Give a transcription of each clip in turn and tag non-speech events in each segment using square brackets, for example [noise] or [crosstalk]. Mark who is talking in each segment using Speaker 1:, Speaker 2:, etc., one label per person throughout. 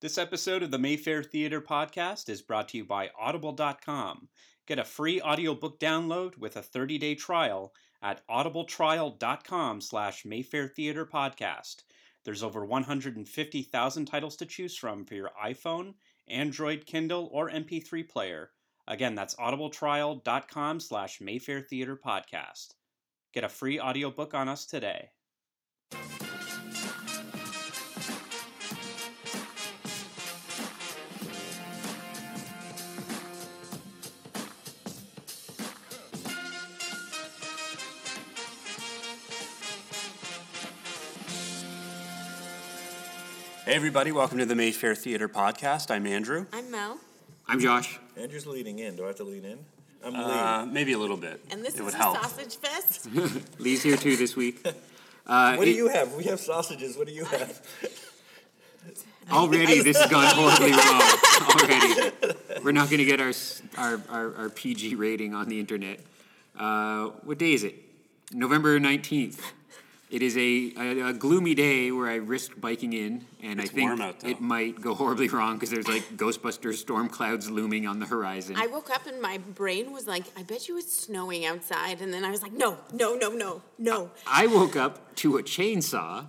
Speaker 1: This episode of the Mayfair Theater podcast is brought to you by Audible.com. Get a free audiobook download with a 30-day trial at audibletrial.com slash Mayfair Theater Podcast. There's over 150,000 titles to choose from for your iPhone, Android, Kindle, or MP3 player. Again, that's audibletrial.com slash Mayfair Theater Podcast. Get a free audiobook on us today. Hey, everybody, welcome to the Mayfair Theater Podcast. I'm Andrew.
Speaker 2: I'm Mel,
Speaker 1: I'm Josh.
Speaker 3: Andrew's leading in. Do I have to lean in? I'm
Speaker 1: Uh, maybe a little bit.
Speaker 2: and this
Speaker 1: it
Speaker 2: is
Speaker 1: would
Speaker 2: a
Speaker 1: help.
Speaker 2: sausage fest.
Speaker 1: Lee's here too this week.
Speaker 3: leading. What do you have? We have sausages. What do you have?
Speaker 4: Already, this has gone horribly wrong. Already, we're not going to get our, s- our our our PG rating on the internet. Uh, what day is it? November nineteenth. It is a, a, a gloomy day where I risked biking in, and
Speaker 1: It's
Speaker 4: I think
Speaker 1: warm out, though.
Speaker 4: it might go horribly wrong because there's like Ghostbuster storm clouds looming on the horizon.
Speaker 2: I woke up and my brain was like, I bet you it's snowing outside. And then I was like, no, no, no, no, no.
Speaker 4: I woke up to a chainsaw.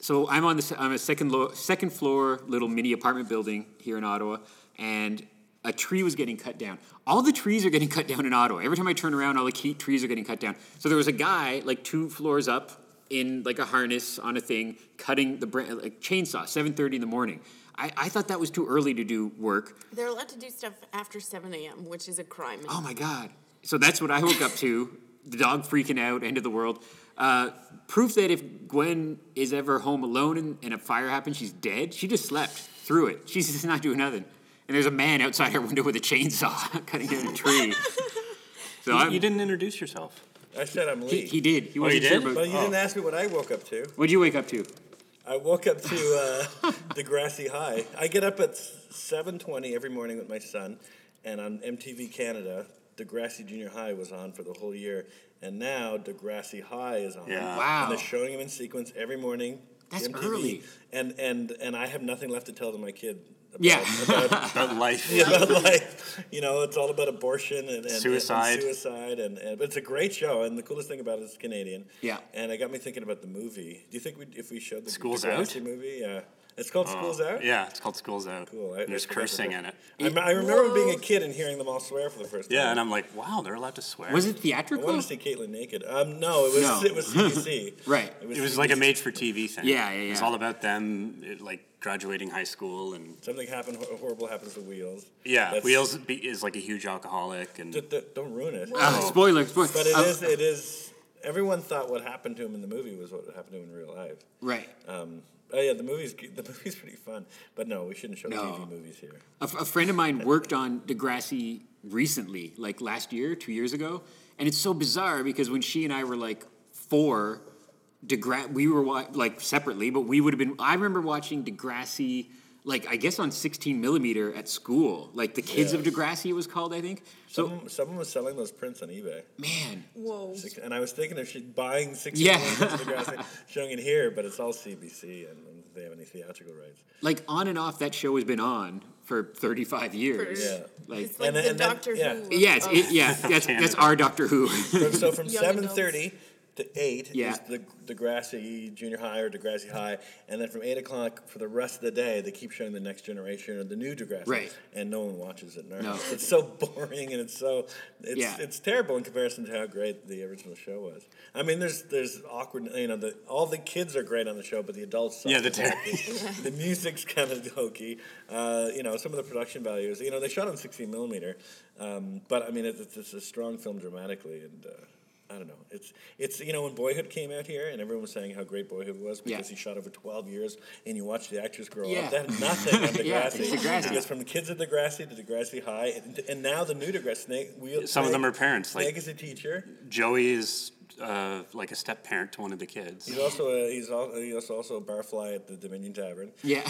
Speaker 4: So I'm on the se- I'm a second lo- second floor little mini apartment building here in Ottawa, and a tree was getting cut down. All the trees are getting cut down in Ottawa. Every time I turn around, all the key trees are getting cut down. So there was a guy like two floors up in like a harness on a thing cutting the bran- like chainsaw 7:30 in the morning. I, I thought that was too early to do work.
Speaker 2: They're allowed to do stuff after 7 a.m., which is a crime.
Speaker 4: Oh my god! So that's what I woke up to. The dog freaking out, end of the world. Uh, proof that if Gwen is ever home alone and, and a fire happens, she's dead. She just slept through it. She's just not doing nothing. And there's a man outside her window with a chainsaw [laughs] cutting down a tree. So
Speaker 1: You
Speaker 4: I'm,
Speaker 1: didn't introduce yourself.
Speaker 3: I said I'm
Speaker 4: he,
Speaker 3: Lee.
Speaker 4: he did. He
Speaker 1: Oh, you
Speaker 4: wasn't sure
Speaker 1: did?
Speaker 4: about-
Speaker 3: but you didn't ask me what I woke up to.
Speaker 4: What'd you wake up to?
Speaker 3: I woke up to
Speaker 4: [laughs]
Speaker 3: uh, Degrassi High. I get up at 7:20 every morning with my son, and on MTV Canada, Degrassi Junior High was on for the whole year, and now Degrassi High is on.
Speaker 1: Yeah.
Speaker 4: Wow.
Speaker 3: And they're showing them in sequence every morning.
Speaker 4: That's early.
Speaker 3: And and and I have nothing left to tell to my kid. About,
Speaker 4: Yeah.
Speaker 3: About,
Speaker 1: About life.
Speaker 3: [laughs] about life. You know, it's all about abortion and, and and
Speaker 1: Suicide.
Speaker 3: suicide, and, and but it's a great show. And the coolest thing about it is it's Canadian.
Speaker 4: Yeah.
Speaker 3: And it got me thinking about the movie. Do you think we if we showed the
Speaker 1: School's
Speaker 3: the
Speaker 1: Out?
Speaker 3: Degrassi
Speaker 1: Oh,
Speaker 3: movie? Yeah. It's called School's Out.
Speaker 1: Yeah, it's called School's Out.
Speaker 3: Cool. I- I
Speaker 1: There's
Speaker 3: forgot about
Speaker 1: cursing
Speaker 3: that.
Speaker 1: in it.
Speaker 3: I, I remember
Speaker 2: Whoa.
Speaker 3: being a kid and hearing them all swear for the first time.
Speaker 1: Yeah, and I'm like, wow, they're allowed to swear.
Speaker 4: Was it
Speaker 3: I wanted
Speaker 4: theatrical?
Speaker 3: to see Caitlyn naked. Um, no, it was
Speaker 4: No.
Speaker 3: it was
Speaker 1: [laughs]
Speaker 3: CBC.
Speaker 4: Right.
Speaker 1: It was like a made-for-TV thing.
Speaker 4: Yeah, yeah,
Speaker 1: It was
Speaker 4: yeah.
Speaker 1: all about them, it, like graduating high school, and
Speaker 3: something happened. hor- Horrible happens to Wheels.
Speaker 1: yeah,
Speaker 3: That's-
Speaker 1: Wheels be, is like a huge alcoholic, and
Speaker 3: d- d- don't ruin it.
Speaker 4: Uh, spoiler, spoiler.
Speaker 3: But it
Speaker 4: Uh,
Speaker 3: is. It is. Everyone thought what happened to him in the movie was what happened to him in real life.
Speaker 4: Right.
Speaker 3: Um, oh yeah, the movie's the [laughs] movie's pretty fun, but no, we shouldn't show
Speaker 4: No.
Speaker 3: TV movies here.
Speaker 4: A, f- a friend of mine worked on Degrassi recently, like last year, two years ago, and it's so bizarre because when she and I were like four, Degra- we were wa- like separately, but we would have been. I remember watching Degrassi, like I guess on 16 millimeter at school, like the Kids of
Speaker 3: Yeah.
Speaker 4: Degrassi it was called, I think. So
Speaker 3: Someone, someone was selling those prints on eBay,
Speaker 4: man,
Speaker 2: Whoa.
Speaker 3: Six- and I was thinking of she buying sixteen
Speaker 4: Yeah.
Speaker 3: ones of Degrassi, [laughs] showing it here, but it's all CBC, and they have any theatrical rights.
Speaker 4: like on and off that show has been on for 35 years.
Speaker 3: Yeah.
Speaker 4: Like
Speaker 2: It's like
Speaker 3: And
Speaker 2: the
Speaker 3: then- and then-
Speaker 2: Doctor
Speaker 3: yeah.
Speaker 2: Who.
Speaker 4: yeah, it's, it,
Speaker 2: [laughs]
Speaker 4: yeah, that's that's our Doctor Who. [laughs]
Speaker 3: From- so from
Speaker 2: Young adults.
Speaker 3: seven thirty to eight
Speaker 4: Yeah.
Speaker 3: is the Degrassi Junior High or Degrassi High, and then from eight o'clock for the rest of the day they keep showing the Next Generation or the new Degrassi,
Speaker 4: Right.
Speaker 3: and no one watches it. in our
Speaker 4: No.
Speaker 3: house. [laughs] It's so boring and it's so it's
Speaker 4: Yeah.
Speaker 3: it's terrible in comparison to how great the original show was. I mean, there's there's awkward, you know, the, all the kids are great on the show, but the adults suck.
Speaker 1: Yeah, the
Speaker 4: uh, [laughs]
Speaker 1: ter-
Speaker 3: the music's kind of hokey. Uh, you know, some of the production values. You know, they shot on 16 millimeter, um, but I mean, it's, it's- it's a strong film dramatically, and uh, I don't know. It's it's you know when Boyhood came out here, and everyone was saying how great Boyhood was
Speaker 4: Yeah.
Speaker 3: because he shot over 12 years, and you watch the actors grow
Speaker 4: Yeah.
Speaker 3: up. That had nothing on
Speaker 4: [laughs]
Speaker 3: Degrassi.
Speaker 4: Yeah, it's Degrassi.
Speaker 3: It goes from the kids at Degrassi to Degrassi High, and, and now the new Degrassi. Snake, we,
Speaker 1: Some of them are parents,
Speaker 3: Snake
Speaker 1: like-
Speaker 3: is a teacher.
Speaker 1: Joey is uh, like a step parent to one of the kids.
Speaker 3: He's also a, he's also he's also a barfly at the Dominion Tavern.
Speaker 4: yeah,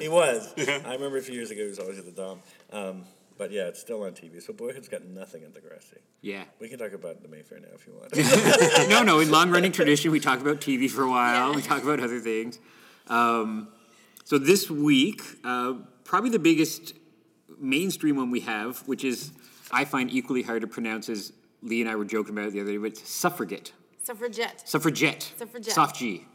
Speaker 3: He [laughs] was. I remember a few years ago he was always at the Dom. Um, but yeah, it's still on TV. So Boyhood's got nothing at Degrassi.
Speaker 4: yeah.
Speaker 3: We can talk about the Mayfair now if you want. [laughs]
Speaker 4: no, no. In long running tradition, we talk about TV for a while. We talk about other things. Um, So this week, uh, probably the biggest mainstream one we have, which is I find equally hard to pronounce, as Lee and I were joking about it the other day, but it's suffragette,
Speaker 2: Suffragette.
Speaker 4: suffragette,
Speaker 2: Suffragette.
Speaker 4: soft G,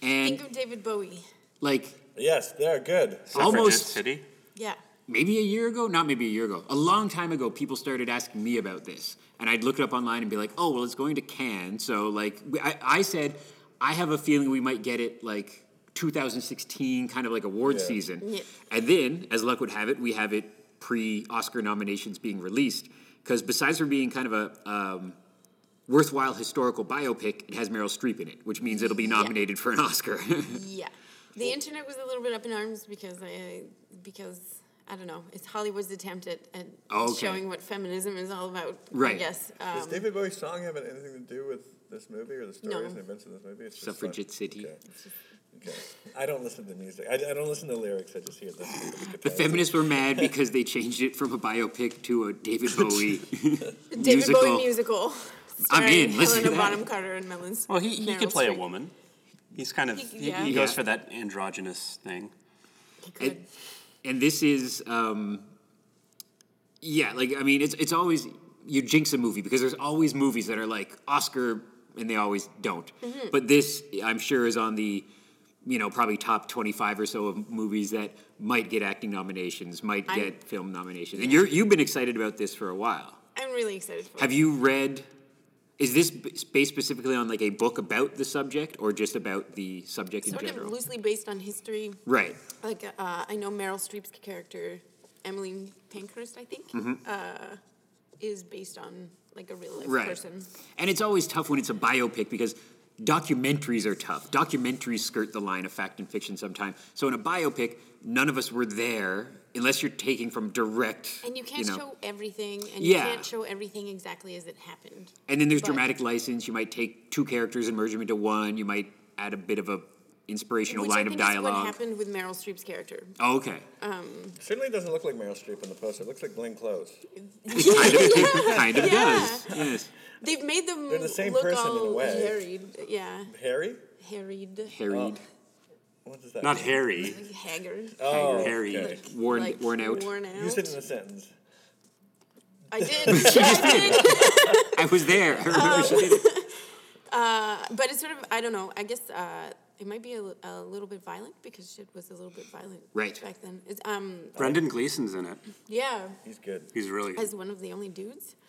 Speaker 2: Think
Speaker 4: and
Speaker 2: of David Bowie.
Speaker 4: like
Speaker 3: Yes, they're good.
Speaker 4: Almost-
Speaker 5: Suffragette City.
Speaker 2: Yeah.
Speaker 4: maybe a year ago, not maybe a year ago, a long time ago, people started asking me about this. And I'd look it up online and be like, oh, well, it's going to Cannes. So, like, we- I, I said, I have a feeling we might get it like 2016, kind of like award
Speaker 3: Yeah.
Speaker 4: season.
Speaker 2: Yeah.
Speaker 4: And then, as luck would have it, we have it pre Oscar nominations being released. Because besides for being kind of a um, worthwhile historical biopic, it has Meryl Streep in it, which means it'll be nominated for an Oscar. [laughs]
Speaker 2: Yeah. The internet was a little bit up in arms because I because I don't know. It's Hollywood's attempt at, at
Speaker 4: Okay.
Speaker 2: showing what feminism is all about. I
Speaker 4: Right.
Speaker 2: guess.
Speaker 3: Does
Speaker 2: Um,
Speaker 3: David Bowie's song have anything to do with this movie or the stories
Speaker 2: No.
Speaker 3: and events of this movie? It's just fun.
Speaker 4: Suffragette City.
Speaker 3: Okay. Okay. I don't listen to music. I, I don't listen to lyrics. I just hear the, the,
Speaker 4: [laughs] The
Speaker 3: guitars.
Speaker 4: feminists were mad because they changed it from a biopic to a David Bowie.
Speaker 2: David
Speaker 4: musical.
Speaker 2: Bowie musical.
Speaker 4: I'm in,
Speaker 2: starring Helena
Speaker 4: listen to that.
Speaker 2: Bonham Carter and Melons.
Speaker 5: Well, he, he
Speaker 2: Meryl
Speaker 5: could play a
Speaker 2: Streep.
Speaker 5: woman. He's kind of
Speaker 2: He-
Speaker 5: he,
Speaker 2: yeah.
Speaker 5: he goes
Speaker 4: Yeah.
Speaker 5: for that androgynous thing.
Speaker 2: He could.
Speaker 4: and, and this is, um, yeah, like I mean, it's it's always you jinx a movie because there's always movies that are like Oscar and they always don't.
Speaker 2: Mm-hmm.
Speaker 4: But this, I'm sure, is on the you know probably top 25 or so of movies that might get acting nominations, might
Speaker 2: I'm-
Speaker 4: get film nominations. And you're you've been excited about this for a while.
Speaker 2: I'm really excited for
Speaker 4: Have
Speaker 2: it.
Speaker 4: you read? Is this b- based specifically on like a book about the subject, or just about the subject
Speaker 2: Sort
Speaker 4: in
Speaker 2: of
Speaker 4: general?
Speaker 2: loosely based on history.
Speaker 4: right.
Speaker 2: Like uh, I know Meryl Streep's character, Emmeline Pankhurst, I think,
Speaker 4: Mm-hmm.
Speaker 2: uh, is based on like a real life
Speaker 4: Right.
Speaker 2: person.
Speaker 4: And it's always tough when it's a biopic because documentaries are tough. Documentaries skirt the line of fact and fiction sometimes. So in a biopic, none of us were there unless you're taking from direct.
Speaker 2: And you can't
Speaker 4: know.
Speaker 2: show everything, and you
Speaker 4: Yeah.
Speaker 2: can't show everything exactly as it happened.
Speaker 4: And then there's
Speaker 2: but-
Speaker 4: dramatic license. You might take two characters and merge them into one. You might add a bit of a inspirational
Speaker 2: Which I
Speaker 4: line
Speaker 2: think is
Speaker 4: of
Speaker 2: what
Speaker 4: dialogue.
Speaker 2: happened with Meryl Streep's character.
Speaker 4: Oh, okay.
Speaker 2: [laughs]
Speaker 3: Certainly doesn't look like Meryl Streep in the poster. It looks like plain clothes.
Speaker 4: kind of, it kind of
Speaker 2: Yeah.
Speaker 4: does. Yes.
Speaker 2: They've made them
Speaker 3: They're the same
Speaker 2: look
Speaker 3: person in
Speaker 2: all
Speaker 3: a way.
Speaker 2: harried. Yeah,
Speaker 3: Harry?
Speaker 2: harried,
Speaker 4: Harried.
Speaker 3: What does that
Speaker 5: Not
Speaker 3: mean?
Speaker 5: Harry.
Speaker 2: haggard,
Speaker 3: Oh,
Speaker 5: Harry.
Speaker 3: okay.
Speaker 2: like
Speaker 4: Worn-
Speaker 2: like
Speaker 4: worn out.
Speaker 2: Worn out.
Speaker 3: Use it [laughs] in a sentence.
Speaker 2: I did. I did.
Speaker 4: I was there. I remember she
Speaker 2: Oh.
Speaker 4: did it.
Speaker 2: But it's sort of I don't know. I guess uh, it might be a, li- a little bit violent because shit was a little bit violent
Speaker 4: Right.
Speaker 2: back then. It's, um,
Speaker 5: Brendan Gleeson's in it.
Speaker 2: yeah,
Speaker 3: He's good.
Speaker 5: He's really good.
Speaker 2: as one of the only dudes.
Speaker 4: [laughs]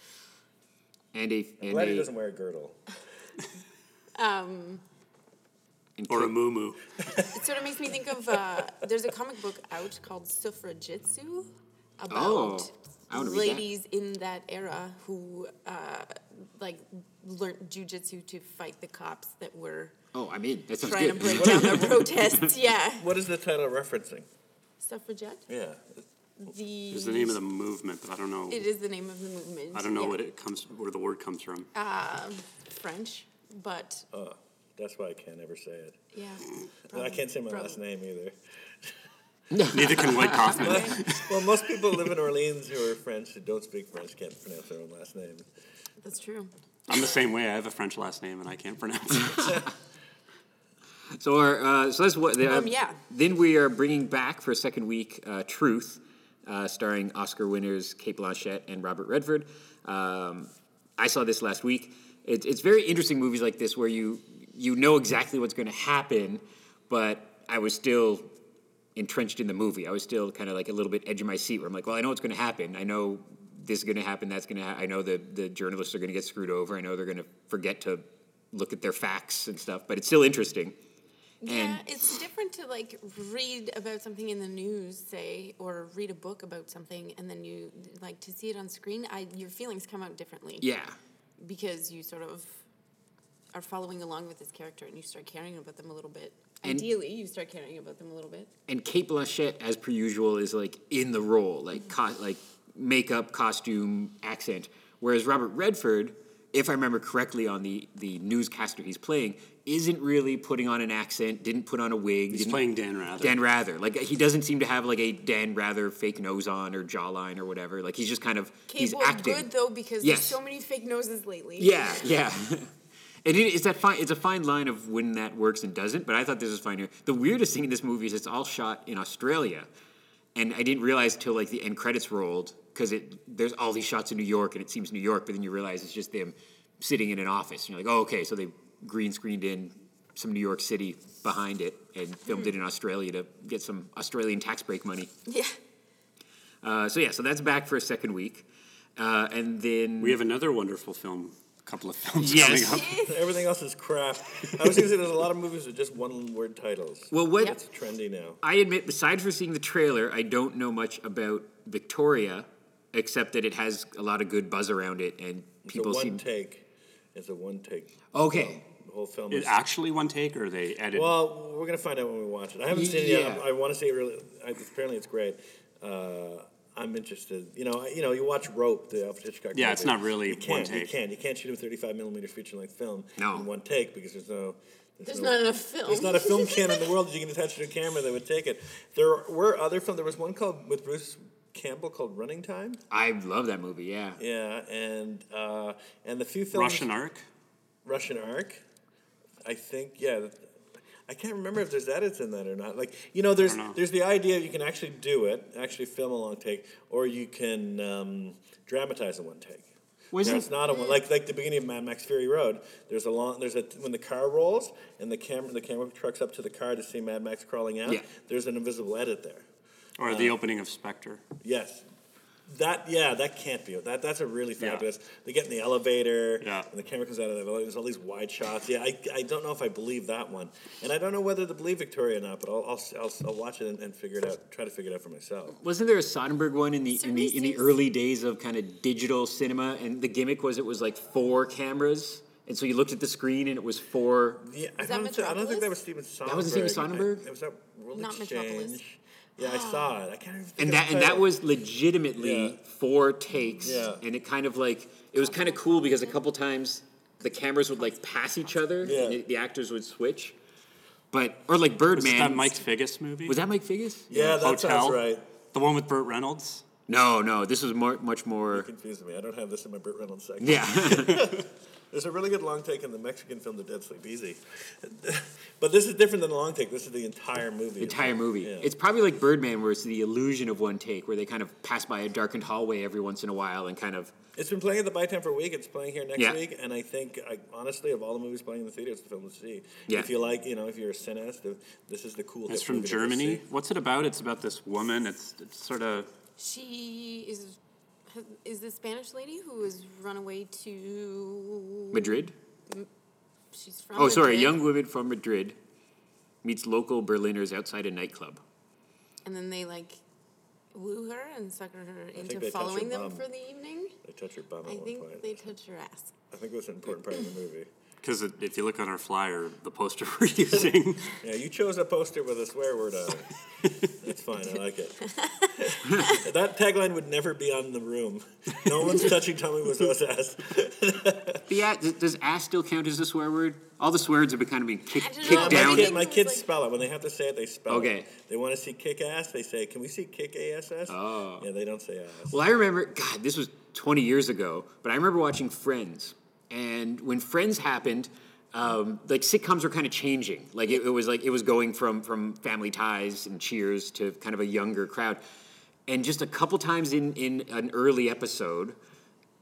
Speaker 4: And a and
Speaker 3: Glad he
Speaker 4: a
Speaker 3: doesn't wear a girdle.
Speaker 2: Um,
Speaker 4: and
Speaker 5: or a
Speaker 4: Cliff-
Speaker 5: moo
Speaker 2: it sort of makes me think of uh, there's a comic book out called Suffragitsu about
Speaker 4: Oh, I wanna read that.
Speaker 2: ladies in that era who uh, like learned jujitsu to fight the cops that were
Speaker 4: Oh, I'm in. That sounds
Speaker 2: trying to
Speaker 5: [laughs]
Speaker 2: break
Speaker 4: good.
Speaker 2: down the protests. [laughs] Yeah,
Speaker 3: What is the title referencing?
Speaker 2: suffragette.
Speaker 3: Yeah.
Speaker 2: The
Speaker 5: is the name of the movement, but I don't know.
Speaker 2: it is the name of the movement.
Speaker 5: I don't know
Speaker 2: yeah. Uh.
Speaker 5: what it comes where the word comes from.
Speaker 2: French, but
Speaker 3: Oh, that's why I can't ever say it.
Speaker 2: yeah,
Speaker 3: I can't say my
Speaker 2: Probably.
Speaker 3: last name either.
Speaker 5: Neither can White
Speaker 2: [laughs]
Speaker 5: Kaufman.
Speaker 3: Well, most people live in Orleans who are French who don't speak French can't pronounce their own last name.
Speaker 2: that's true.
Speaker 5: I'm the same way. I have a French last name and I can't pronounce it.
Speaker 2: [laughs]
Speaker 4: So, our, uh, so that's what. The,
Speaker 2: Um, yeah.
Speaker 4: Then we are bringing back for a second week uh, Truth, uh, starring Oscar winners Kate Blanchett and Robert Redford. Um, I saw this last week. It's it's very interesting movies like this where you you know exactly what's going to happen, but I was still entrenched in the movie. I was still kind of like a little bit edge of my seat where I'm like, well, I know what's going to happen. I know this is going to happen. That's going to. Ha- I know the the journalists are going to get screwed over. I know they're going to forget to look at their facts and stuff. But it's still interesting.
Speaker 2: Yeah,
Speaker 4: And-
Speaker 2: it's different to like read about something in the news, say, or read a book about something, and then you like to see it on screen. I your feelings come out differently.
Speaker 4: Yeah.
Speaker 2: because you sort of are following along with this character, and you start caring about them a little bit.
Speaker 4: And-
Speaker 2: Ideally, you start caring about them a little bit.
Speaker 4: And Kate Blanchett, as per usual, is like in the role, like co- like makeup, costume, accent. Whereas Robert Redford, if I remember correctly, on the the newscaster he's playing, isn't really putting on an accent. Didn't put on a wig.
Speaker 5: He's
Speaker 4: didn't-
Speaker 5: playing Dan Rather.
Speaker 4: Dan Rather. Like he doesn't seem to have like a Dan Rather fake nose on or jawline or whatever. Like he's just kind of
Speaker 2: Okay,
Speaker 4: he's
Speaker 2: well,
Speaker 4: acting.
Speaker 2: good though because
Speaker 4: Yes. [laughs]
Speaker 2: there's so many fake noses lately.
Speaker 4: Yeah, yeah. It is it's that fine. It's a fine line of when that works and doesn't. But I thought this was fine here. The weirdest thing in this movie is it's all shot in Australia, and I didn't realize till like the end credits rolled because it there's all these shots in New York and it seems New York, but then you realize it's just them sitting in an office. And you're like, oh, okay, so they green screened in some New York City behind it and filmed it in Australia to get some Australian tax break money.
Speaker 2: Yeah.
Speaker 4: Uh, so yeah, so that's back for a second week, uh, and then
Speaker 5: We have another wonderful film, couple of films
Speaker 4: Yes.
Speaker 5: coming up.
Speaker 3: Everything else is crap. I was going to say there's a lot of movies with just one word titles.
Speaker 4: well what.
Speaker 2: Yep.
Speaker 3: It's trendy now.
Speaker 4: I admit, besides for seeing the trailer, I don't know much about Victoria, except that it has a lot of good buzz around it, and
Speaker 3: It's a
Speaker 4: people
Speaker 3: one
Speaker 4: seem
Speaker 3: take. It's a one take.
Speaker 4: okay.
Speaker 3: The whole film.
Speaker 5: It
Speaker 3: is
Speaker 5: actually one take, or they edited?
Speaker 3: Well, we're gonna find out when we watch it. I haven't seen it yet.
Speaker 4: Yeah.
Speaker 3: I, want to say it really. I, apparently, it's great. Uh, I'm interested. You know, I- you know, you watch Rope, the Alfred Hitchcock.
Speaker 5: Yeah, it's
Speaker 3: movie.
Speaker 5: not really
Speaker 3: you can't,
Speaker 5: one
Speaker 3: You
Speaker 5: take.
Speaker 3: can't. You can't shoot a 35 millimeter feature length film
Speaker 4: No.
Speaker 3: in one take because there's no.
Speaker 2: There's not enough film.
Speaker 3: There's not a film camera in the world that you can attach to a camera that would take it. There were other films. There was one called with Bruce Campbell called Running Time.
Speaker 4: I love that movie. Yeah.
Speaker 3: Yeah, and uh, and the few films
Speaker 5: Russian Ark.
Speaker 3: Russian Ark. I think yeah. I can't remember if there's edits in that or not. Like you know, there's
Speaker 5: don't know.
Speaker 3: there's the idea you can actually do it, actually film a long take, or you can um, dramatize in one take.
Speaker 4: Wasn't-
Speaker 3: There's not a one like like the beginning of Mad Max Fury Road. There's a long there's a when the car rolls and the camera the camera trucks up to the car to see Mad Max crawling out.
Speaker 4: Yeah.
Speaker 3: There's an invisible edit there.
Speaker 5: Or the opening of Spectre.
Speaker 3: Yes. That yeah, that can't be that. That's a really
Speaker 5: Yeah.
Speaker 3: fabulous. They get in the elevator,
Speaker 5: Yeah.
Speaker 3: and the camera comes out of the elevator. There's all these wide shots. Yeah, I, I don't know if I believe that one, and I don't know whether to believe Victoria or not. But I'll I'll, I'll, I'll watch it and, and figure it out. Try to figure it out for myself.
Speaker 4: Wasn't there a Soderbergh one in the in the in the
Speaker 2: 76?
Speaker 4: early days of kind of digital cinema, and the gimmick was it was like four cameras, and so you looked at the screen and it was four.
Speaker 3: Yeah, I
Speaker 2: Is that
Speaker 3: don't. thi- I don't
Speaker 2: Metropolis?
Speaker 3: think that was Steven Soderbergh.
Speaker 4: That wasn't Steven Soderbergh?
Speaker 3: I, it was that World
Speaker 2: Not Metropolis.
Speaker 3: Exchange. Yeah, I saw it. I can't even. Think
Speaker 4: And
Speaker 3: of
Speaker 4: that
Speaker 3: the
Speaker 4: and that
Speaker 3: title.
Speaker 4: was legitimately
Speaker 3: Yeah.
Speaker 4: four takes,
Speaker 3: Yeah.
Speaker 4: and it kind of like it was kind of cool because a couple times the cameras would like pass each other,
Speaker 3: Yeah.
Speaker 4: and it- the actors would switch. But or like Birdman,
Speaker 5: Was it that Mike Figgis movie?
Speaker 4: Was that Mike Figgis?
Speaker 3: Yeah, that sounds
Speaker 5: Hotel?
Speaker 3: right.
Speaker 5: the one with Burt Reynolds?
Speaker 4: No, no. This was more, much more.
Speaker 3: Confusing me. I don't have this in my Burt Reynolds section.
Speaker 4: [laughs] Yeah. [laughs]
Speaker 3: There's a really good long take in the Mexican film The Dead Sleep Easy. [laughs] but this is different than the long take. This is the entire movie.
Speaker 4: entire movie.
Speaker 3: Yeah.
Speaker 4: It's probably like Birdman, where it's the illusion of one take, where they kind of pass by a darkened hallway every once in a while and kind of.
Speaker 3: It's been playing at the Bytown for a week. It's playing here next
Speaker 4: Yeah.
Speaker 3: week, and I think, I, honestly, of all the movies playing in the theater, it's the film to see.
Speaker 4: Yeah.
Speaker 3: If you like, you know, if you're a cineast, if- this is the cool.
Speaker 5: It's
Speaker 3: hip
Speaker 5: from
Speaker 3: movie to go
Speaker 5: Germany.
Speaker 3: see.
Speaker 5: What's it about? It's about this woman. It's, it's sort of
Speaker 2: She is is the Spanish lady who has run away to
Speaker 4: Madrid?
Speaker 2: She's from.
Speaker 4: Oh, sorry.
Speaker 2: Madrid,
Speaker 4: Young women from Madrid meets local Berliners outside a nightclub.
Speaker 2: And then they like woo her and sucker her
Speaker 3: they
Speaker 2: into
Speaker 3: touch her
Speaker 2: following them
Speaker 3: bum. Oh,
Speaker 2: for the evening.
Speaker 3: They touch your bum at
Speaker 2: I
Speaker 3: one
Speaker 2: think
Speaker 3: point.
Speaker 2: they touch her ass.
Speaker 3: I think that's an important part of the movie.
Speaker 5: because if you look on our flyer, the poster [laughs] we're using,
Speaker 3: Yeah, you chose a poster with a swear word on it.
Speaker 4: [laughs]
Speaker 3: That's fine. I like it. [laughs] that tagline would never be on the room. No one's touching Tommy Wiseau's ass.
Speaker 4: But yeah, th- does ass still count as a swear word? All the swear words have been kind of being kicked,
Speaker 2: I don't know,
Speaker 4: kicked
Speaker 2: but
Speaker 3: My,
Speaker 4: down.
Speaker 2: maybe-
Speaker 3: kid, my
Speaker 2: It's
Speaker 3: kids
Speaker 2: like-
Speaker 3: spell it. When they have to say it, they spell it.
Speaker 4: Okay.
Speaker 3: They want to see kick ass, they say, can we see kick ass?
Speaker 4: Oh.
Speaker 3: Yeah, they don't say ass.
Speaker 4: Well, I remember, God, this was 20 years ago, but I remember watching Friends. And when Friends happened, um, like sitcoms were kind of changing. Like it, it was like it was going from from Family Ties and Cheers to kind of a younger crowd. And just a couple times in in an early episode,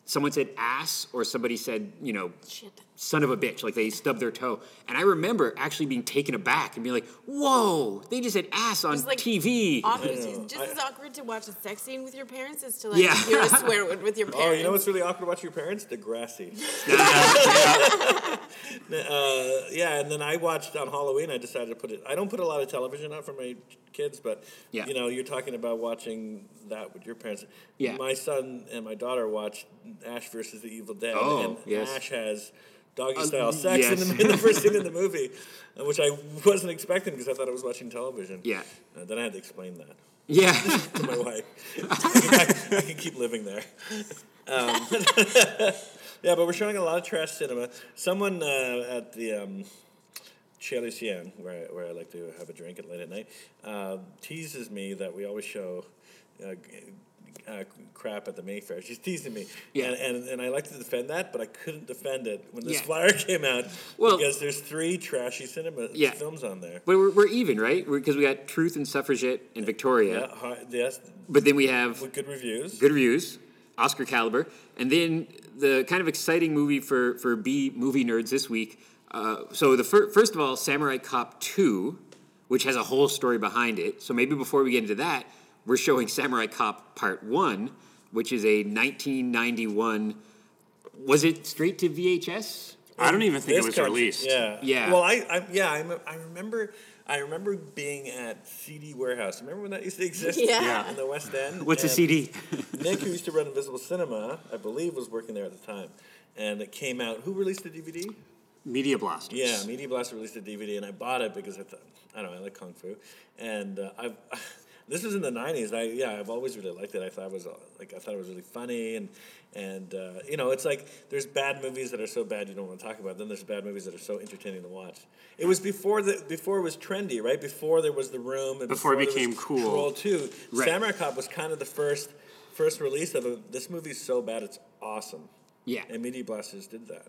Speaker 4: someone said ass, or somebody said you know
Speaker 2: Shit.
Speaker 4: son of a bitch. Like they stubbed their toe. And I remember actually being taken aback and being like, whoa, they just said ass on
Speaker 2: It's like
Speaker 4: TV. [laughs]
Speaker 2: Awkward.
Speaker 3: I know.
Speaker 2: It's just
Speaker 3: I-
Speaker 2: as awkward to watch a sex scene with your parents as to like
Speaker 4: Yeah.
Speaker 2: hear a swear word with your parents.
Speaker 3: [laughs] Oh, you know what's really awkward watching your parents?
Speaker 4: [laughs]
Speaker 3: Degrassi. uh, yeah, and then I watched on Halloween. I decided to put it. I don't put a lot of television out for my kids, but
Speaker 4: Yeah.
Speaker 3: you know, you're talking about watching that with your parents.
Speaker 4: Yeah.
Speaker 3: My son and my daughter watched Ash versus the Evil Dead,
Speaker 4: Oh,
Speaker 3: and
Speaker 4: yes.
Speaker 3: Ash has doggy
Speaker 4: Uh,
Speaker 3: style sex in,
Speaker 4: yes.
Speaker 3: the, in the first scene in
Speaker 4: [laughs]
Speaker 3: the movie, uh, which I wasn't expecting because I thought I was watching television.
Speaker 4: Yeah.
Speaker 3: Uh, then I had to explain that [laughs]
Speaker 4: yeah. [laughs]
Speaker 3: to my wife. I, I can keep living there. Um, [laughs] yeah, but we're showing a lot of trash cinema. Someone uh, at the um, Chez Lucien, where I, where I like to have a drink at late at night, uh, teases me that we always show. Uh, g- uh, crap at the Mayfair. She's teasing me.
Speaker 4: Yeah.
Speaker 3: And, and, and I like to defend that, but I couldn't defend it when this
Speaker 4: Yeah.
Speaker 3: flyer [laughs] came out
Speaker 4: Well-
Speaker 3: because there's three trashy cinema
Speaker 4: Yeah.
Speaker 3: films on there.
Speaker 4: But we're, we're even, right? Because we got Truth and Suffragette and Victoria.
Speaker 3: Yeah, hi- yes,
Speaker 4: But then we have
Speaker 3: with good reviews.
Speaker 4: good reviews, Oscar caliber, and then the kind of exciting movie for for B movie nerds this week. Uh, so the fir- first of all, Samurai Cop Two, which has a whole story behind it. So maybe before we get into that, we're showing Samurai Cop Part One, which is a 1991. Was it straight to VHS?
Speaker 5: I don't even think
Speaker 3: This
Speaker 5: it was
Speaker 3: country-
Speaker 5: released.
Speaker 3: Yeah.
Speaker 4: Yeah.
Speaker 3: Well, I, I yeah, I, me- I remember I remember being at CD Warehouse. Remember when that used to exist
Speaker 2: Yeah. Yeah.
Speaker 3: in the West End?
Speaker 4: What's a
Speaker 3: And-
Speaker 4: CD?
Speaker 3: Nick, who used to run Invisible Cinema, I believe, was working there at the time. And it came out. Who released the DVD?
Speaker 5: Media Blasters.
Speaker 3: Yeah, Media Blaster released a DVD, and I bought it because I thought, I don't know, I like kung fu, and uh, I've. [laughs] This was in the '90s. I yeah, I've always really liked it. I thought it was uh, like I thought it was really funny, and and uh, you know, it's like there's bad movies that are so bad you don't want to talk about. Then there's bad movies that are so entertaining to watch. It was before the before it was trendy, right? Before there was the room, and
Speaker 5: Before it
Speaker 3: there was
Speaker 5: became cool.
Speaker 3: Troll Two,
Speaker 4: Right.
Speaker 3: Samurai Cop was kind of the first first release of a, this movie's so bad it's awesome.
Speaker 4: yeah.
Speaker 3: And Media Blasters did that.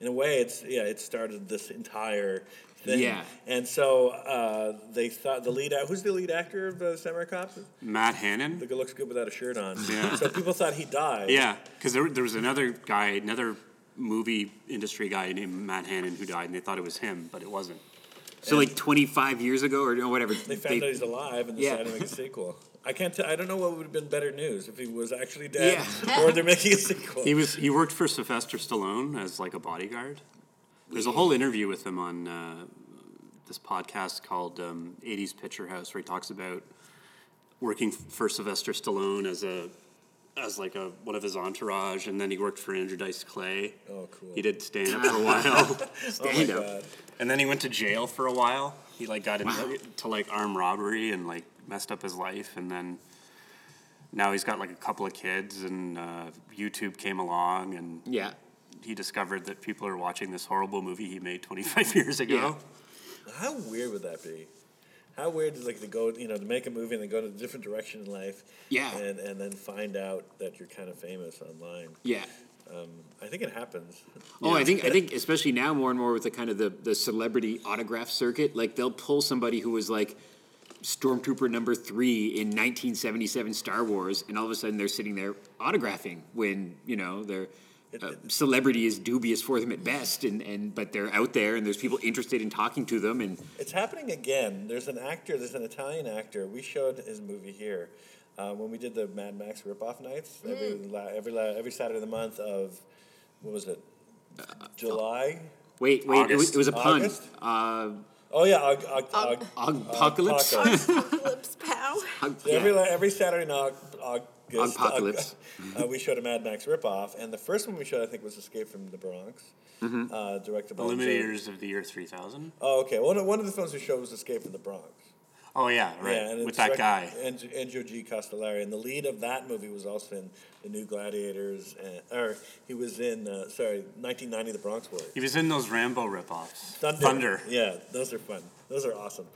Speaker 3: In a way, it's yeah, it started this entire thing.
Speaker 4: Yeah.
Speaker 3: And so uh, they thought the lead act who's the lead actor of uh, Samurai Cop?
Speaker 5: Matt
Speaker 3: The
Speaker 5: Hannon.
Speaker 3: guy looks good without a shirt on.
Speaker 5: Yeah.
Speaker 3: So people thought he died.
Speaker 5: Yeah, because there, there was another guy, another movie industry guy named Matt Hannon who died, and they thought it was him, but it wasn't.
Speaker 4: So like 25 years ago or no, whatever.
Speaker 3: They found out he's alive and decided
Speaker 4: Yeah.
Speaker 3: to make a sequel. I can't. I I don't know what would have been better news if he was actually dead, [laughs]
Speaker 4: Yeah.
Speaker 3: or they're making a sequel.
Speaker 5: He was he worked for Sylvester Stallone as like a bodyguard. There's a whole interview with him on uh, this podcast called um, "80s Picture House," where he talks about working for Sylvester Stallone as a as like a one of his entourage, and then he worked for Andrew Dice Clay.
Speaker 3: Oh, cool.
Speaker 5: He did stand up
Speaker 3: [laughs]
Speaker 5: for a while,
Speaker 3: oh my
Speaker 4: stand up.
Speaker 3: god!
Speaker 5: and then he went to jail for a while. He like got into to like armed robbery and like messed up his life, and then now he's got like a couple of kids, and uh, YouTube came along, and
Speaker 4: yeah.
Speaker 5: he discovered that people are watching this horrible movie he made 25 [laughs] years ago.
Speaker 4: Yeah.
Speaker 3: How weird would that be? How weird is like to go, you know, to make a movie and then go in a different direction in life.
Speaker 4: Yeah.
Speaker 3: And and then find out that you're kind of famous online.
Speaker 4: Yeah.
Speaker 3: I think it happens.
Speaker 4: Oh, I think I think especially now more and more with the kind of the, the celebrity autograph circuit, like they'll pull somebody who was like stormtrooper number three in 1977 Star Wars, and all of a sudden they're sitting there autographing when you know their uh, celebrity is dubious for them at best, and, and but they're out there and there's people interested in talking to them, and
Speaker 3: It's happening again. There's an actor. There's an Italian actor. We showed his movie here uh, when we did the Mad Max ripoff nights every la- every la- every Saturday of the month of what was it?
Speaker 4: Uh,
Speaker 3: July.
Speaker 4: wait, wait, it was, it was a pun.
Speaker 3: August?
Speaker 4: Uh,
Speaker 3: Oh yeah, Aug- Aug- Aug-
Speaker 4: Ogpocalypse.
Speaker 3: Ogpocalypse.
Speaker 2: Apocalypse Pow.
Speaker 4: Og-
Speaker 3: So every
Speaker 4: [laughs] yeah.
Speaker 3: every Saturday in Aug- August,
Speaker 4: Ogpocalypse.
Speaker 3: [laughs] uh, we showed a Mad Max ripoff, and the first one we showed I think was Escape from the Bronx,
Speaker 4: Mm-hmm.
Speaker 3: uh, directed by
Speaker 5: Eliminators of the Year 3000.
Speaker 3: Oh, okay. One of, one of the films we showed was Escape from the Bronx.
Speaker 5: Oh, yeah, right.
Speaker 3: Yeah, and
Speaker 5: With
Speaker 3: it's
Speaker 5: that
Speaker 3: direct-
Speaker 5: guy.
Speaker 3: and Andrew G. Castellari, and the lead of that movie was also in The New Gladiators, and, or he was in uh, sorry, 1990, The Bronx War.
Speaker 5: He was in those Rambo ripoffs.
Speaker 3: Thunder. Yeah, those are fun. Those are awesome.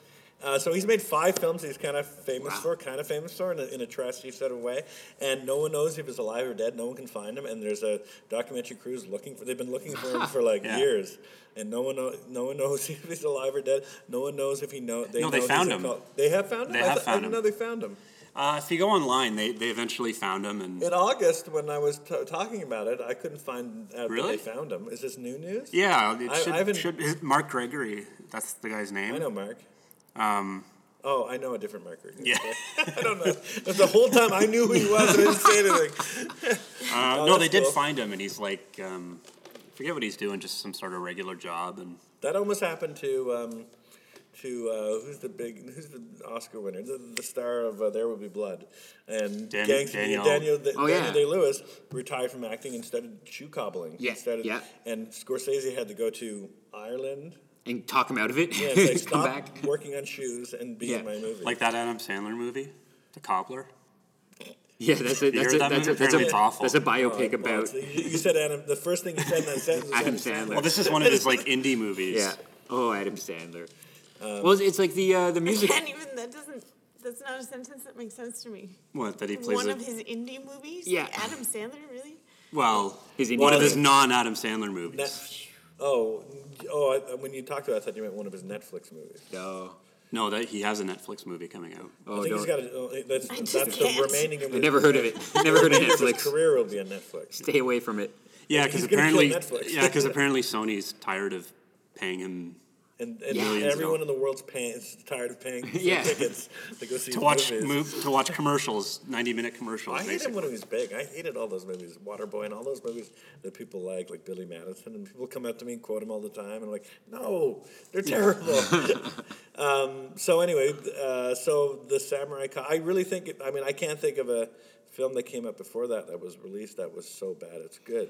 Speaker 3: Uh, so he's made five films. He's kind of famous
Speaker 4: Wow.
Speaker 3: for, kind of famous for, in a, in a trashy sort of way. And no one knows if he's alive or dead. No one can find him. And there's a documentary crews looking for. They've been looking for
Speaker 5: [laughs]
Speaker 3: him for like
Speaker 5: Yeah.
Speaker 3: years. And no one, know, no one [laughs] knows if he's alive or dead. No one knows if he know. They
Speaker 5: No,
Speaker 3: know
Speaker 5: they
Speaker 3: he's
Speaker 5: found
Speaker 3: a
Speaker 5: him.
Speaker 3: cult- They have found him.
Speaker 5: They
Speaker 3: I
Speaker 5: have
Speaker 3: th- I
Speaker 5: found
Speaker 3: didn't
Speaker 5: him.
Speaker 3: know they found him.
Speaker 5: Uh, if you go online, they, they eventually found him. and
Speaker 3: In August, when I was t- talking about it, I couldn't find out
Speaker 5: Really?
Speaker 3: that they found him. Is this new news?
Speaker 5: Yeah, it
Speaker 3: I- I haven't-
Speaker 5: should, should, Mark Gregory, that's the guy's name.
Speaker 3: I know, Mark.
Speaker 5: Um,
Speaker 3: Oh, I know a different Mark Gregory.
Speaker 5: yeah.
Speaker 3: [laughs] I don't know. But the whole time I knew who he was, I didn't say anything.
Speaker 5: [laughs] Uh, no,
Speaker 3: Oh, that's
Speaker 5: they did
Speaker 3: cool.
Speaker 5: find him, and he's like, um, forget what he's doing, just some sort of regular job. And
Speaker 3: That almost happened to um, to uh, who's the big who's the Oscar winner, the, the star of uh, There Will Be Blood, and
Speaker 5: Dan-
Speaker 3: Gangs-
Speaker 5: Daniel-
Speaker 3: Daniel, Da-
Speaker 4: Oh,
Speaker 3: Daniel
Speaker 4: yeah.
Speaker 3: Day Lewis retired from acting and started shoe cobbling. He
Speaker 4: Yeah,
Speaker 3: started-
Speaker 4: yeah.
Speaker 3: And Scorsese had to go to Ireland.
Speaker 4: and talk him out of it.
Speaker 3: Yeah, [laughs] it's like,
Speaker 4: [laughs] Come
Speaker 3: stop
Speaker 4: back.
Speaker 3: working on shoes and be
Speaker 4: Yeah.
Speaker 3: in my movie.
Speaker 5: like that Adam Sandler movie, The Cobbler.
Speaker 4: Yeah, that's a
Speaker 5: You
Speaker 4: that's
Speaker 5: heard
Speaker 4: a
Speaker 5: that
Speaker 4: that's
Speaker 5: movie?
Speaker 4: a that's a,
Speaker 5: Apparently it's awful.
Speaker 4: that's a
Speaker 3: Oh,
Speaker 4: biopic
Speaker 3: well,
Speaker 4: about
Speaker 3: so you, you said Adam. The first thing you said in
Speaker 4: [laughs]
Speaker 3: that sentence was
Speaker 4: Adam
Speaker 5: Well,
Speaker 4: Sandler.
Speaker 5: this is one of his
Speaker 3: [laughs]
Speaker 5: like indie movies.
Speaker 3: Um,
Speaker 4: Yeah. Oh, Adam Sandler. well, it's- it's like the uh, the music.
Speaker 2: Can't even. That doesn't. That's not a sentence that makes sense to me.
Speaker 5: What that he plays
Speaker 2: One
Speaker 5: a
Speaker 2: of his indie movies?
Speaker 4: Yeah.
Speaker 2: Like Adam Sandler, really?
Speaker 5: well,
Speaker 4: His
Speaker 5: one of
Speaker 4: Indiana
Speaker 5: his
Speaker 4: Jones.
Speaker 5: non-Adam Sandler movies.
Speaker 3: Net- oh, oh! I, when you talked about, it, I thought you meant one of his Netflix movies.
Speaker 4: No.
Speaker 5: No, that he has a Netflix movie coming out.
Speaker 3: I
Speaker 4: Oh,
Speaker 3: think
Speaker 4: don't.
Speaker 3: he's got. A, oh, that's
Speaker 2: I just
Speaker 3: that's the
Speaker 2: can't.
Speaker 3: remaining of
Speaker 4: I
Speaker 3: his,
Speaker 4: never heard of it. Never heard of
Speaker 3: his
Speaker 4: Netflix.
Speaker 3: career will be on Netflix.
Speaker 4: Stay away from it.
Speaker 5: Yeah, because
Speaker 3: He's gonna kill
Speaker 5: apparently,
Speaker 3: Netflix.
Speaker 5: yeah,
Speaker 3: [laughs]
Speaker 5: because apparently Sony's tired of paying him
Speaker 3: And, and
Speaker 4: Yeah.
Speaker 3: everyone in the world's paying, is tired of
Speaker 4: [laughs]
Speaker 3: paying for
Speaker 4: Yeah.
Speaker 3: tickets to go see
Speaker 5: to watch
Speaker 3: movies.
Speaker 5: move, to watch commercials, ninety minute commercials.
Speaker 3: I hated
Speaker 5: basically.
Speaker 3: when he was big. I hated all those movies, Waterboy and all those movies that people like, like Billy Madison. And people come up to me and quote him all the time. And I'm like, no, they're terrible. um, so anyway, uh, so the Samurai Cop. I really think. It, I mean, I can't think of a film that came out before that that was released that was so bad it's good.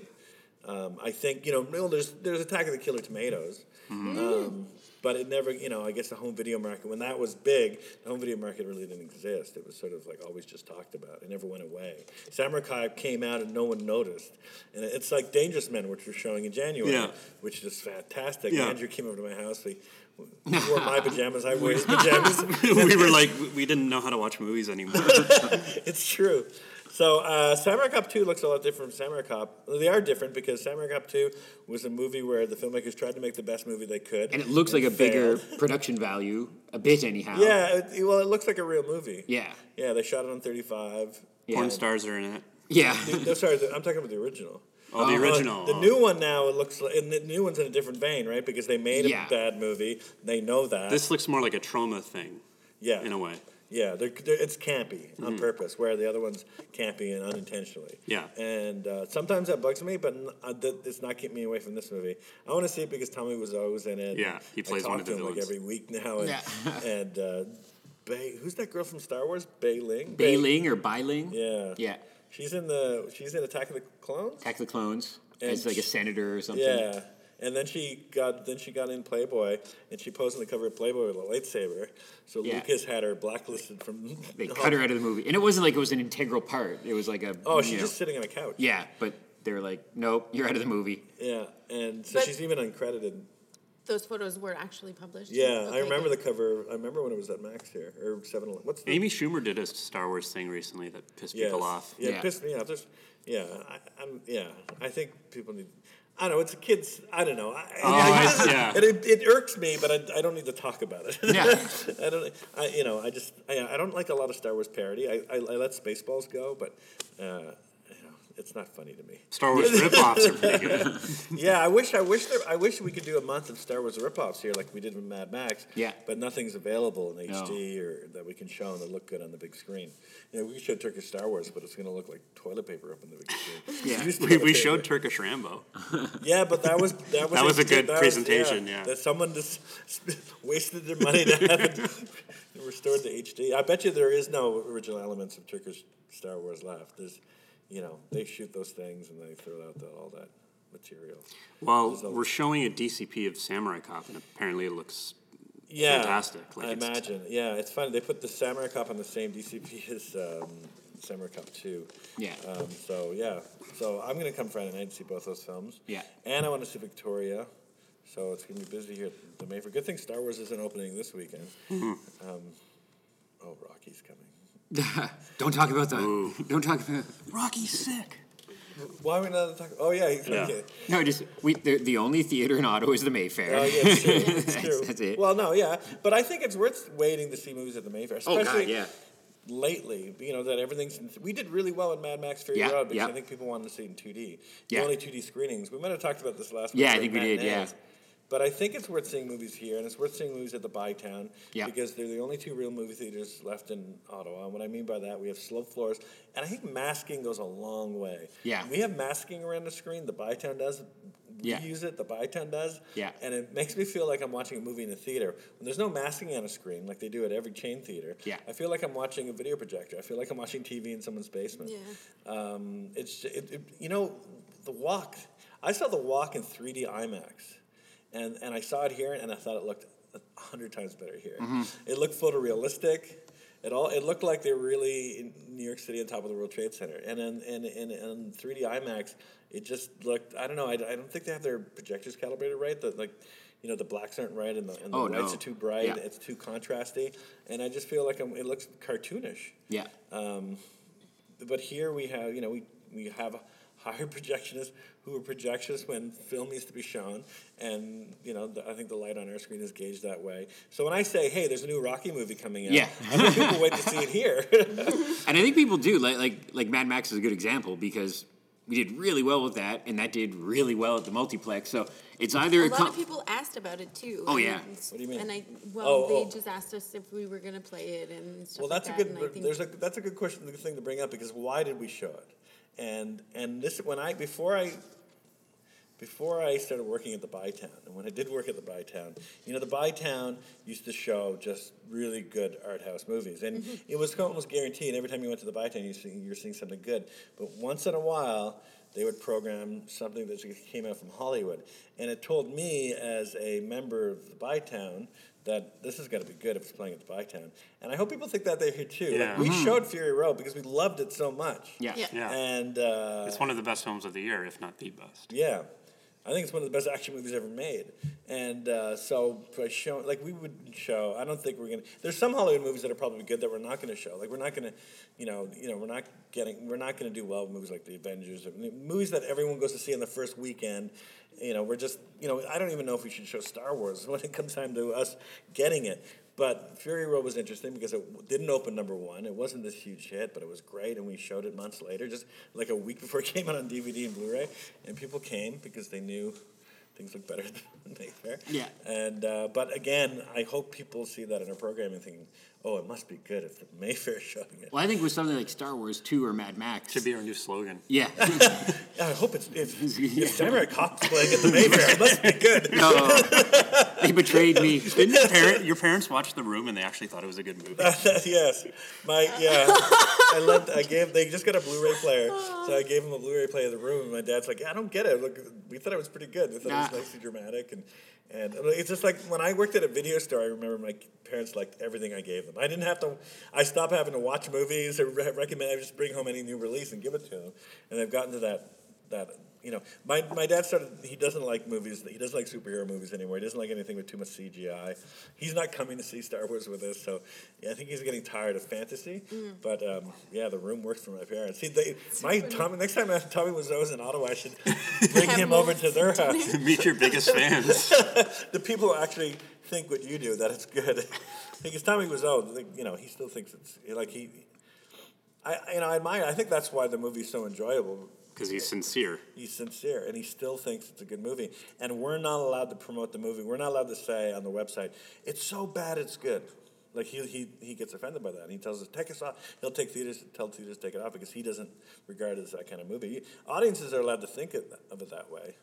Speaker 3: Um, I think you know, well, there's there's Attack of the Killer Tomatoes.
Speaker 5: Mm-hmm.
Speaker 3: Um, but it never, you know, I guess the home video market, when that was big, the home video market really didn't exist. It was sort of like always just talked about. It never went away. Samurai Cop came out and no one noticed. And it's like Dangerous Men, which we're showing in January,
Speaker 5: Yeah.
Speaker 3: which is fantastic.
Speaker 5: Yeah.
Speaker 3: Andrew came over to my house.
Speaker 5: [laughs]
Speaker 3: We, we wore my pajamas. I wore his pajamas.
Speaker 5: we
Speaker 3: [laughs]
Speaker 5: were like, we- we didn't know how to watch movies anymore.
Speaker 3: it's true. So uh, Samurai Cop 2 looks a lot different from Samurai Cop. Well, They are different because Samurai Cop 2 was a movie where the filmmakers tried to make the best movie they could.
Speaker 4: And it looks like a bigger
Speaker 3: failed.
Speaker 4: production value, a bit anyhow.
Speaker 3: Yeah, it, well, it looks like a real movie.
Speaker 4: Yeah.
Speaker 3: Yeah, they shot it on 35.
Speaker 4: Yeah.
Speaker 5: Porn stars are in it.
Speaker 3: [laughs]
Speaker 4: Yeah.
Speaker 3: No, sorry, the- I'm talking about the original.
Speaker 5: Oh, the original.
Speaker 3: Uh, the new one now it looks like, and the new one's in a different vein, right? Because they made
Speaker 4: Yeah.
Speaker 3: a bad movie. They know that.
Speaker 5: This looks more like a trauma thing
Speaker 3: yeah,
Speaker 5: in a way.
Speaker 3: yeah, they're, they're, it's campy
Speaker 4: Mm-hmm.
Speaker 3: on purpose, where the other one's campy and unintentionally.
Speaker 5: Yeah.
Speaker 3: and uh, sometimes that bugs me, but n- uh, th- it's not keeping me away from this movie. I want to see it because Tommy was always in it.
Speaker 5: Yeah, he
Speaker 3: I
Speaker 5: plays
Speaker 3: talk
Speaker 5: one of
Speaker 3: to
Speaker 5: the
Speaker 3: him, like
Speaker 5: villains.
Speaker 3: every week now. And,
Speaker 4: Yeah. [laughs]
Speaker 3: and uh, Bay, who's that girl from Star Wars? Bay Ling.
Speaker 4: Bei Ling or Bai Ling?
Speaker 3: Yeah.
Speaker 4: Yeah.
Speaker 3: She's in the she's in Attack of the Clones.
Speaker 4: Attack of the Clones.
Speaker 3: And
Speaker 4: as like a
Speaker 3: sh-
Speaker 4: senator or something.
Speaker 3: Yeah. And then she got then she got in Playboy and she posed on the cover of Playboy with a lightsaber. So
Speaker 4: Yeah.
Speaker 3: Lucas had her blacklisted from
Speaker 4: They cut her out of the movie. And it wasn't like it was an integral part. It was like a
Speaker 3: Oh,
Speaker 4: you
Speaker 3: she's
Speaker 4: know-
Speaker 3: just sitting on a couch.
Speaker 4: Yeah, but they were like, Nope, you're out of the movie.
Speaker 3: Yeah. And so
Speaker 2: But-
Speaker 3: she's even uncredited.
Speaker 2: Those photos were actually published.
Speaker 3: Yeah, I
Speaker 2: Okay,
Speaker 3: remember the
Speaker 2: good.
Speaker 3: cover. I remember when it was at Max here or Seven Eleven. What's the
Speaker 5: Amy Schumer did a Star Wars thing recently that pissed
Speaker 3: Yes.
Speaker 5: people off.
Speaker 3: Yeah,
Speaker 4: Yeah.
Speaker 3: it pissed me off. There's, yeah, I, I'm, yeah. I think people need. I don't know. It's a kids. I don't know. I,
Speaker 5: Oh,
Speaker 3: I-
Speaker 5: I- yeah.
Speaker 3: And it, it irks me, but I, I don't need to talk about it.
Speaker 4: Yeah.
Speaker 3: [laughs] I don't. I, you know, I just. I, I don't like a lot of Star Wars parody. I, I, I let Spaceballs go, but uh, you know, it's not funny to me.
Speaker 5: Star Wars ripoffs are pretty good.
Speaker 3: Yeah, I wish. I wish. There, I wish we could do a month of Star Wars ripoffs here, like we did with Mad Max.
Speaker 4: Yeah.
Speaker 3: But nothing's available in HD or that we can show and that look good on the big screen. You know, we could show Turkish Star Wars, but it's going to look like toilet paper up on the
Speaker 5: [laughs]
Speaker 3: big screen.
Speaker 4: Yeah.
Speaker 3: Use
Speaker 5: We,
Speaker 3: toilet
Speaker 5: we showed
Speaker 3: paper.
Speaker 5: Turkish Rambo.
Speaker 3: Yeah, but that was that was
Speaker 5: That was a good
Speaker 3: that was-
Speaker 5: presentation, yeah.
Speaker 3: that someone just [laughs] wasted their money to have it [laughs] restored to HD. I bet you there is no original elements of Turkish Star Wars left. There's, you know, they shoot those things and they throw out the, all that material.
Speaker 5: Well, we're showing a DCP of Samurai Cop, and apparently it looks
Speaker 3: yeah,
Speaker 5: fantastic. Like,
Speaker 3: I
Speaker 5: it's-
Speaker 3: imagine. Yeah, it's funny. They put the Samurai Cop on the same DCP [laughs] as um, Samurai Cop 2.
Speaker 4: Yeah.
Speaker 3: Um, so, yeah. So, I'm going to come Friday night and see both those films.
Speaker 4: Yeah.
Speaker 3: And I want to see Victoria. So, it's going to be busy here at the Mayfair. Good thing Star Wars isn't opening this weekend.
Speaker 4: Mm-hmm.
Speaker 3: Um, oh, Rocky's coming. Uh.
Speaker 4: [laughs] Don't talk about that. [laughs] Don't talk about
Speaker 5: Rocky's sick.
Speaker 3: Why are we not talking? Oh, yeah. He's
Speaker 5: Yeah.
Speaker 3: Okay.
Speaker 4: No, just we the, the only theater in Ottawa is the Mayfair.
Speaker 3: Oh, yeah, it's true. It's
Speaker 4: That's-
Speaker 3: true.
Speaker 4: that's it.
Speaker 3: Well, no, yeah. But I think it's worth waiting to see movies at the Mayfair.
Speaker 4: [laughs] oh
Speaker 3: Especially
Speaker 4: god, yeah.
Speaker 3: lately, you know, that everything's. We did really well in Mad Max Fury
Speaker 4: Yeah,
Speaker 3: Road because
Speaker 4: yeah.
Speaker 3: I think people wanted to see it in 2D.
Speaker 4: Yeah.
Speaker 3: The only 2D screenings. We might have talked about this last week.
Speaker 4: Yeah, I
Speaker 3: during
Speaker 4: think we did,
Speaker 3: matinees,
Speaker 4: yeah.
Speaker 3: But I think it's worth seeing movies here, and it's worth seeing movies at the Bytown
Speaker 4: Yeah.
Speaker 3: because they're the only two real movie theaters left in Ottawa. And what I mean by that, we have slope floors, and I think masking goes a long way.
Speaker 4: Yeah.
Speaker 3: we have masking around the screen. The Bytown does. We
Speaker 4: Yeah.
Speaker 3: use it. The Bytown does.
Speaker 4: Yeah.
Speaker 3: and it makes me feel like I'm watching a movie in a theater when there's no masking on a screen like they do at every chain theater.
Speaker 4: Yeah.
Speaker 3: I feel like I'm watching a video projector. I feel like I'm watching TV in someone's basement.
Speaker 2: Yeah.
Speaker 3: Um, it's ju- it, it, you know the walk. I saw the walk in 3D IMAX, and and I saw it here, and I thought it looked a hundred times better here.
Speaker 4: Mm-hmm.
Speaker 3: It looked photorealistic. It all it looked like they were really in New York City on top of the World Trade Center, and in in, in, in 3D IMAX, it just looked. I don't know. I, I don't think they have their projectors calibrated right. That like you know the blacks aren't right and the, and the
Speaker 4: Oh,
Speaker 3: whites
Speaker 4: no.
Speaker 3: are too bright.
Speaker 4: Yeah.
Speaker 3: It's too contrasty, and I just feel like I'm, it looks cartoonish.
Speaker 4: Yeah.
Speaker 3: But here we have, you know, we, we have higher [laughs] projectionists who are projectionists when film needs to be shown, and you know, the, I think the light on our screen is gauged that way. So when I say, "Hey, there's a new Rocky movie coming out,"
Speaker 4: Yeah.
Speaker 3: I think people wait to see it here. [laughs]
Speaker 4: and I think people do like like like Mad Max is a good example because we did really well with that, and that did really well at the multiplex. So it's either
Speaker 2: A
Speaker 4: a
Speaker 2: lot
Speaker 4: com-
Speaker 2: of people asked about it too.
Speaker 4: Oh,
Speaker 2: and-
Speaker 4: yeah.
Speaker 3: What do you mean?
Speaker 2: And I well,
Speaker 3: Oh,
Speaker 2: they
Speaker 3: oh.
Speaker 2: just asked us if we were gonna play it and stuff.
Speaker 3: well, that's a
Speaker 2: like that,
Speaker 3: good.
Speaker 2: and I think
Speaker 3: There's a that's a good question, good thing to bring up because why did we show it? And and this when I before I before I started working at the Bytown, and when I did work at the Bytown, you know, the Bytown used to show just really good art house movies, and
Speaker 2: Mm-hmm.
Speaker 3: it was almost guaranteed. Every time you went to the Bytown, you see you're seeing something good. But once in a while, they would program something that came out from Hollywood, and it told me as a member of the Bytown that this is going to be good if it's playing at the Bytown. And I hope people think that they're here too. Like,
Speaker 5: Yeah. Mm-hmm.
Speaker 3: we showed Fury Road because we loved it so much.
Speaker 4: yeah.
Speaker 2: Yeah.
Speaker 5: Yeah.
Speaker 3: And uh,
Speaker 5: it's one of the best films of the year, if not the best.
Speaker 3: yeah, I think it's one of the best action movies ever made. And uh, so by showing, like we would show. I don't think we're gonna. There's some Hollywood movies that are probably good that we're not gonna show. Like we're not gonna, you know, you know, we're not getting, we're not gonna do well with movies like The Avengers, or movies that everyone goes to see on the first weekend. You know, we're just, you know, I don't even know if we should show Star Wars [laughs] when it comes time to us getting it. But Fury Road was interesting because it w- didn't open number one. It wasn't this huge hit, but it was great, and we showed it months later, just like a week before [laughs] it came out on DVD and Blu-ray, and people came because they knew things looked better [laughs] than Mayfair.
Speaker 4: Yeah.
Speaker 3: And uh, but again, I hope people see that in our programming, thinking, "Oh, it must be good if the [laughs] Mayfair's showing it."
Speaker 4: Well, I think with something like Star Wars Two or Mad Max,
Speaker 5: Should be our new slogan.
Speaker 3: [laughs]
Speaker 4: yeah.
Speaker 3: Yeah, I hope it's if,
Speaker 4: Yeah.
Speaker 3: if Samurai Cop's [laughs] playing at the Mayfair, it must be good.
Speaker 4: No, they betrayed me.
Speaker 5: Didn't your, parent, your parents watch The Room and they actually thought it was a good movie?
Speaker 3: [laughs] yes, my yeah. I lent, I gave. They just got a Blu-ray player, so I gave them a Blu-ray player of the room. And my dad's like, "Yeah, I don't get it. Look, we thought it was pretty good. We thought it
Speaker 4: Nah.
Speaker 3: was nicely dramatic, and and it's just like when I worked at a video store. I remember my parents liked everything I gave them. I didn't have to. I stopped having to watch movies or re- recommend. I just bring home any new release and give it to them. And they've gotten to that that. You know, my, my dad started. He doesn't like movies. He doesn't like superhero movies anymore. He doesn't like anything with too much CGI. He's not coming to see Star Wars with us, so yeah, I think he's getting tired of fantasy. But um, yeah, the room worked for my parents. See, they, my Tommy. Next time I- Tommy was always in Ottawa, I should bring
Speaker 2: Have
Speaker 3: him
Speaker 2: more
Speaker 3: over to their house.
Speaker 5: Meet your biggest fans.
Speaker 3: The people who actually think what you do that it's good. [laughs] because Tommy was old, like, you know, he still thinks it's like he. I I- you know I admire. I think that's why the movie's so enjoyable.
Speaker 5: Because he's sincere.
Speaker 3: He's sincere, and he still thinks it's a good movie. And we're not allowed to promote the movie. We're not allowed to say on the website, "It's so bad, it's good." Like he he, he gets offended by that, and he tells us, "Take us off." He'll take theaters, tell theaters to take it off because he doesn't regard it as that kind of movie. Audiences are allowed to think it, of it that way,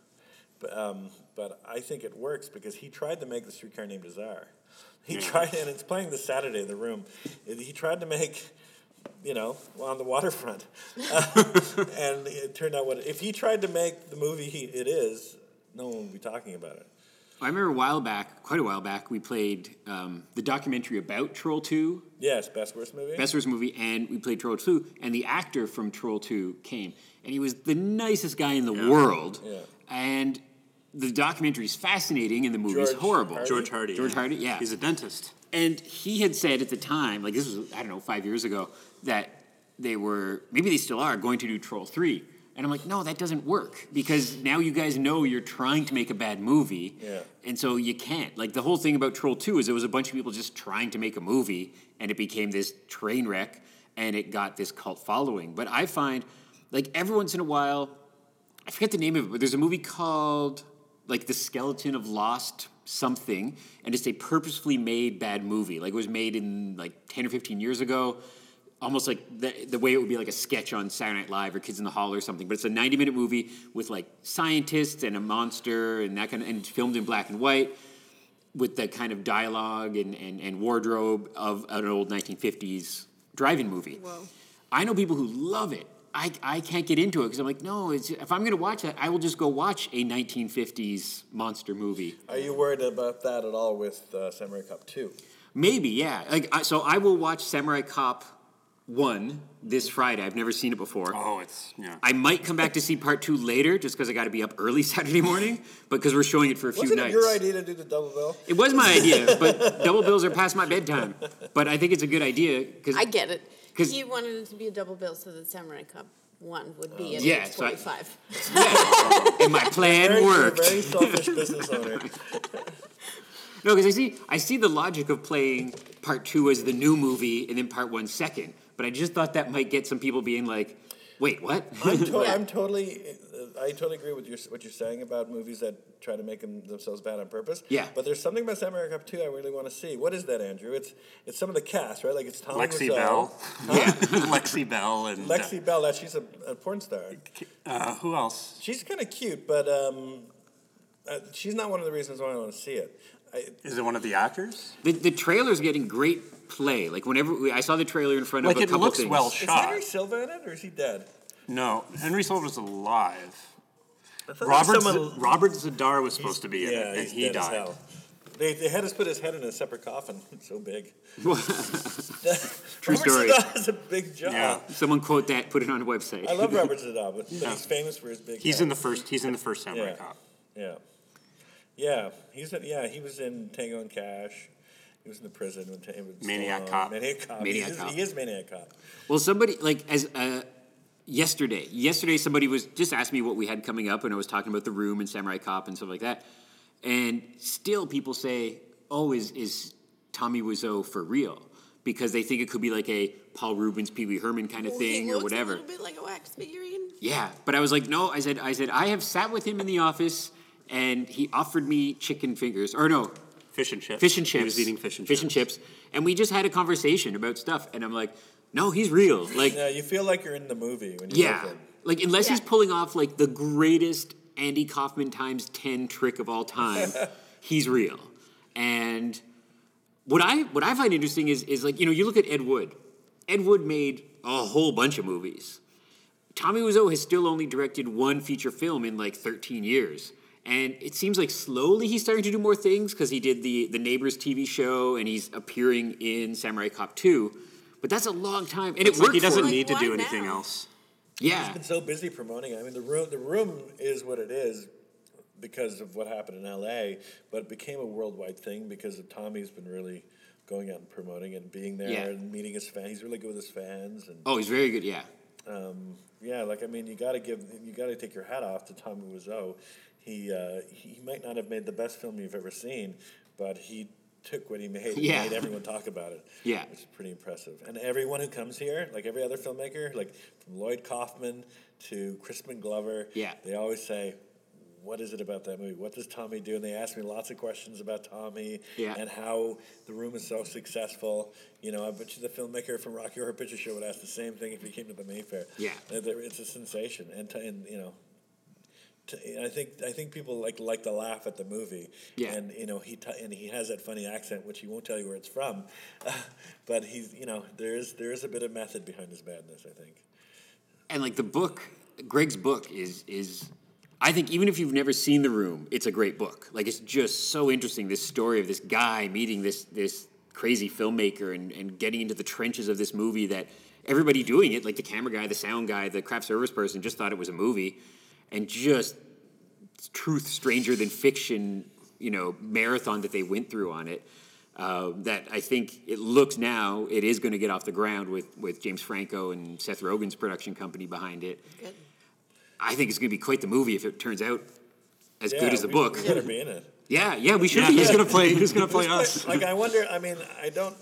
Speaker 3: but um, but I think it works because he tried to make the streetcar named Desire. He tried, and it's playing this Saturday in the room. He tried to make you know, on the [laughs] waterfront. Uh, and it turned out what if he tried to make the movie he it is, no one would be talking about it.
Speaker 4: I remember a while back, quite a while back, we played um, the documentary about Troll Two,
Speaker 3: Yes, best worst movie.
Speaker 4: Besser's movie, and we played Troll Two, and the actor from Troll Two came, and he was the nicest guy in the world,
Speaker 3: Yeah.
Speaker 4: and the documentary is fascinating, and the movie is
Speaker 3: George
Speaker 4: horrible.
Speaker 3: Hardy?
Speaker 5: George Hardy.
Speaker 4: George Hardy, yeah.
Speaker 5: He's a dentist.
Speaker 4: And he had said at the time, like this was I don't know five years ago, that they were maybe they still are going to do Troll Three, and I'm like, no, that doesn't work because now you guys know you're trying to make a bad movie,
Speaker 3: Yeah.
Speaker 4: and so you can't. Like the whole thing about Troll Two is it was a bunch of people just trying to make a movie, and it became this train wreck, and it got this cult following. But I find, like every once in a while, I forget the name of it, but there's a movie called like The Skeleton of Lost Something, and it's a purposefully made bad movie. Like it was made in like 10 or 15 years ago, almost like the, the way it would be like a sketch on Saturday Night Live or Kids in the Hall or something. But it's a 90 minute movie with like scientists and a monster and that kind of, and filmed in black and white with the kind of dialogue and, and, and wardrobe of an old 1950s drive-in movie.
Speaker 2: Whoa.
Speaker 4: I know people who love it. I, I can't get into it because I'm like, no, it's, if I'm going to watch that, I will just go watch a 1950s monster movie.
Speaker 3: Are you worried about that at all with uh, Samurai Cup 2?
Speaker 4: Maybe, yeah. Like, I, so I will watch Samurai Cop one this Friday. I've never seen it before.
Speaker 5: Oh, it's yeah.
Speaker 4: I might come back to see part two later, just because I got to be up early [laughs] Saturday morning, but because we're showing it for a few
Speaker 3: Wasn't it
Speaker 4: nights.
Speaker 3: your idea to do the double bill?
Speaker 4: It was my idea, but double bills are past my bedtime. But I think it's a good idea because
Speaker 2: I get it.
Speaker 4: 'Cause-
Speaker 2: He wanted it to be a double bill so that Samurai Cup one would
Speaker 3: Oh.
Speaker 2: be at
Speaker 4: Yeah,
Speaker 2: age
Speaker 4: so I-
Speaker 2: 45.
Speaker 4: and my
Speaker 3: Very-
Speaker 4: plan
Speaker 3: you're a
Speaker 4: worked.
Speaker 3: Very
Speaker 4: [laughs]
Speaker 3: selfish business owner.
Speaker 4: No, because I see I see the logic of playing part two as the new movie and then part one second. But I just thought that might get some people being like, "Wait, what?"
Speaker 3: [laughs] I'm, to-
Speaker 2: Yeah.
Speaker 3: I'm totally, uh, I totally agree with your, what you're saying about movies that try to make them, themselves bad on purpose.
Speaker 4: Yeah.
Speaker 3: But there's something about Samurai Cup 2 I really want to see. What is that, Andrew? It's it's some of the cast, right? Like it's Tom
Speaker 5: Lexi
Speaker 3: Wiseau,
Speaker 5: Bell. Yeah, [laughs] Lexi Bell and uh,
Speaker 3: uh, Lexi Bell. That she's a, a porn star.
Speaker 5: Uh, who else?
Speaker 3: She's kind of cute, but um, uh, she's not one of the reasons why I want to see it. I,
Speaker 5: Is it one of the actors?
Speaker 4: The, the trailer's getting great play. Like whenever we, I saw the trailer in front
Speaker 5: Like
Speaker 4: of a
Speaker 5: it
Speaker 4: couple
Speaker 5: looks
Speaker 4: things.
Speaker 5: well
Speaker 3: is
Speaker 5: shot.
Speaker 3: Henry Silva in it, or is he dead?
Speaker 5: No, Henry Silver's alive.
Speaker 3: I thought there was
Speaker 5: Robert
Speaker 3: someone-
Speaker 5: Z- Robert Zadar was supposed to be in
Speaker 3: yeah,
Speaker 5: it, and
Speaker 3: he's
Speaker 5: he
Speaker 3: dead as
Speaker 5: died.
Speaker 3: hell. They, they had us put his head in a separate coffin. [laughs] It's
Speaker 5: [laughs]
Speaker 3: so big.
Speaker 4: True
Speaker 3: Robert
Speaker 4: story.
Speaker 3: Zidane has a big jaw.
Speaker 5: Yeah.
Speaker 4: Someone quote that, put it on a website.
Speaker 5: [laughs]
Speaker 3: I love Robert Zidane, but, but
Speaker 5: Yeah.
Speaker 3: he's famous for his big.
Speaker 5: He's
Speaker 3: head.
Speaker 5: in the first. He's in the first Samurai
Speaker 3: Yeah.
Speaker 5: Cop.
Speaker 3: Yeah, yeah. He's in, yeah. He was in Tango and Cash. He was in the prison with, Ta- with
Speaker 5: Maniac
Speaker 3: Stallone.
Speaker 5: Cop.
Speaker 3: Maniac Cop.
Speaker 4: Maniac
Speaker 3: he, is,
Speaker 4: Cop.
Speaker 3: he is Maniac Cop.
Speaker 4: Well, somebody like as uh, yesterday. Yesterday, somebody was just asked me what we had coming up, and I was talking about the room and Samurai Cop and stuff like that. And still, people say, "Oh, is is Tommy Wiseau for real?" Because they think it could be like a Paul Rubens, Pee Wee Herman kind of
Speaker 2: Well,
Speaker 4: thing
Speaker 2: he
Speaker 4: or
Speaker 2: looks
Speaker 4: whatever.
Speaker 2: A little bit like oh, a wax figurine.
Speaker 4: Yeah, but I was like, no. I said, I said, I have sat with him in the office, and he offered me chicken fingers, or no,
Speaker 5: Fish and chips.
Speaker 4: fish and chips.
Speaker 5: He was eating fish and
Speaker 4: fish
Speaker 5: chips.
Speaker 4: and chips, and we just had a conversation about stuff, and I'm like, no, he's real. Like,
Speaker 3: Now you feel like you're in the movie when you
Speaker 4: yeah,
Speaker 3: look at him.
Speaker 4: like unless he's
Speaker 2: Yeah.
Speaker 4: pulling off like the greatest Andy Kaufman times ten trick of
Speaker 5: [laughs]
Speaker 4: all time, he's real. And what I what I find interesting is is like you know you look at Ed Wood. Ed Wood made a whole bunch of movies. Tommy Wiseau has still only directed one feature film in like 13 years. And it seems like slowly he's starting to do more things because he did the, the Neighbors TV show and he's appearing in Samurai Cop 2. But that's a long time. And it
Speaker 5: Like
Speaker 4: worked.
Speaker 5: he doesn't
Speaker 4: for him.
Speaker 5: need to
Speaker 2: Like,
Speaker 5: do
Speaker 2: why
Speaker 5: anything
Speaker 2: now?
Speaker 4: [laughs]
Speaker 5: else.
Speaker 4: Yeah.
Speaker 3: been so busy promoting it. I mean, the room the room is what it is because of what happened in L.A., but it became a worldwide thing because of Tommy's been really going out and promoting it and being there
Speaker 4: Yeah.
Speaker 3: and meeting his fans. He's really good with his fans and
Speaker 4: Oh, he's very good. Yeah.
Speaker 3: um, yeah, like I mean, you got to give you got to take your hat off to Tommy Wiseau. He uh, he might not have made the best film you've ever seen, but he took what he made and
Speaker 4: Yeah.
Speaker 3: made everyone talk about it.
Speaker 4: Yeah.
Speaker 3: which is pretty impressive. And everyone who comes here, like every other filmmaker, like from Lloyd Kaufman to Crispin Glover,
Speaker 4: Yeah.
Speaker 3: they always say. What is it about that movie? What does Tommy do? And they ask me lots of questions about Tommy
Speaker 4: Yeah.
Speaker 3: and how the room is so successful. You know, I bet you the filmmaker from Rocky Horror Picture Show would ask the same thing if he came to the Mayfair.
Speaker 4: Yeah.
Speaker 3: Uh, there- it's a sensation, and, t- and you know, t- I think I think people like like to laugh at the movie.
Speaker 4: Yeah.
Speaker 3: and you know he t- and he has that funny accent, which he won't tell you where it's from, [laughs] but he's you know there is there is a bit of method behind his madness. I think.
Speaker 4: and like the book greg's book is is i think even if you've never seen the room it's a great book like it's just so interesting this story of this guy meeting this this crazy filmmaker and, and getting into the trenches of this movie that everybody doing it like the camera guy the sound guy the craft service person just thought it was a movie and just truth stranger than fiction you know marathon that they went through on it uh, that I think it looks now it is going to get off the ground with with James Franco and Seth Rogen's production company behind it.
Speaker 2: Good.
Speaker 4: I think it's going to be quite the movie if it turns out as
Speaker 3: Yeah,
Speaker 4: good as the
Speaker 3: we-
Speaker 4: book.
Speaker 3: We better be in it.
Speaker 4: yeah, yeah, we should
Speaker 5: Yeah,
Speaker 4: be.
Speaker 5: who's gonna play? Who's gonna
Speaker 3: [laughs]
Speaker 5: play us?
Speaker 3: Like I wonder. I mean, I don't.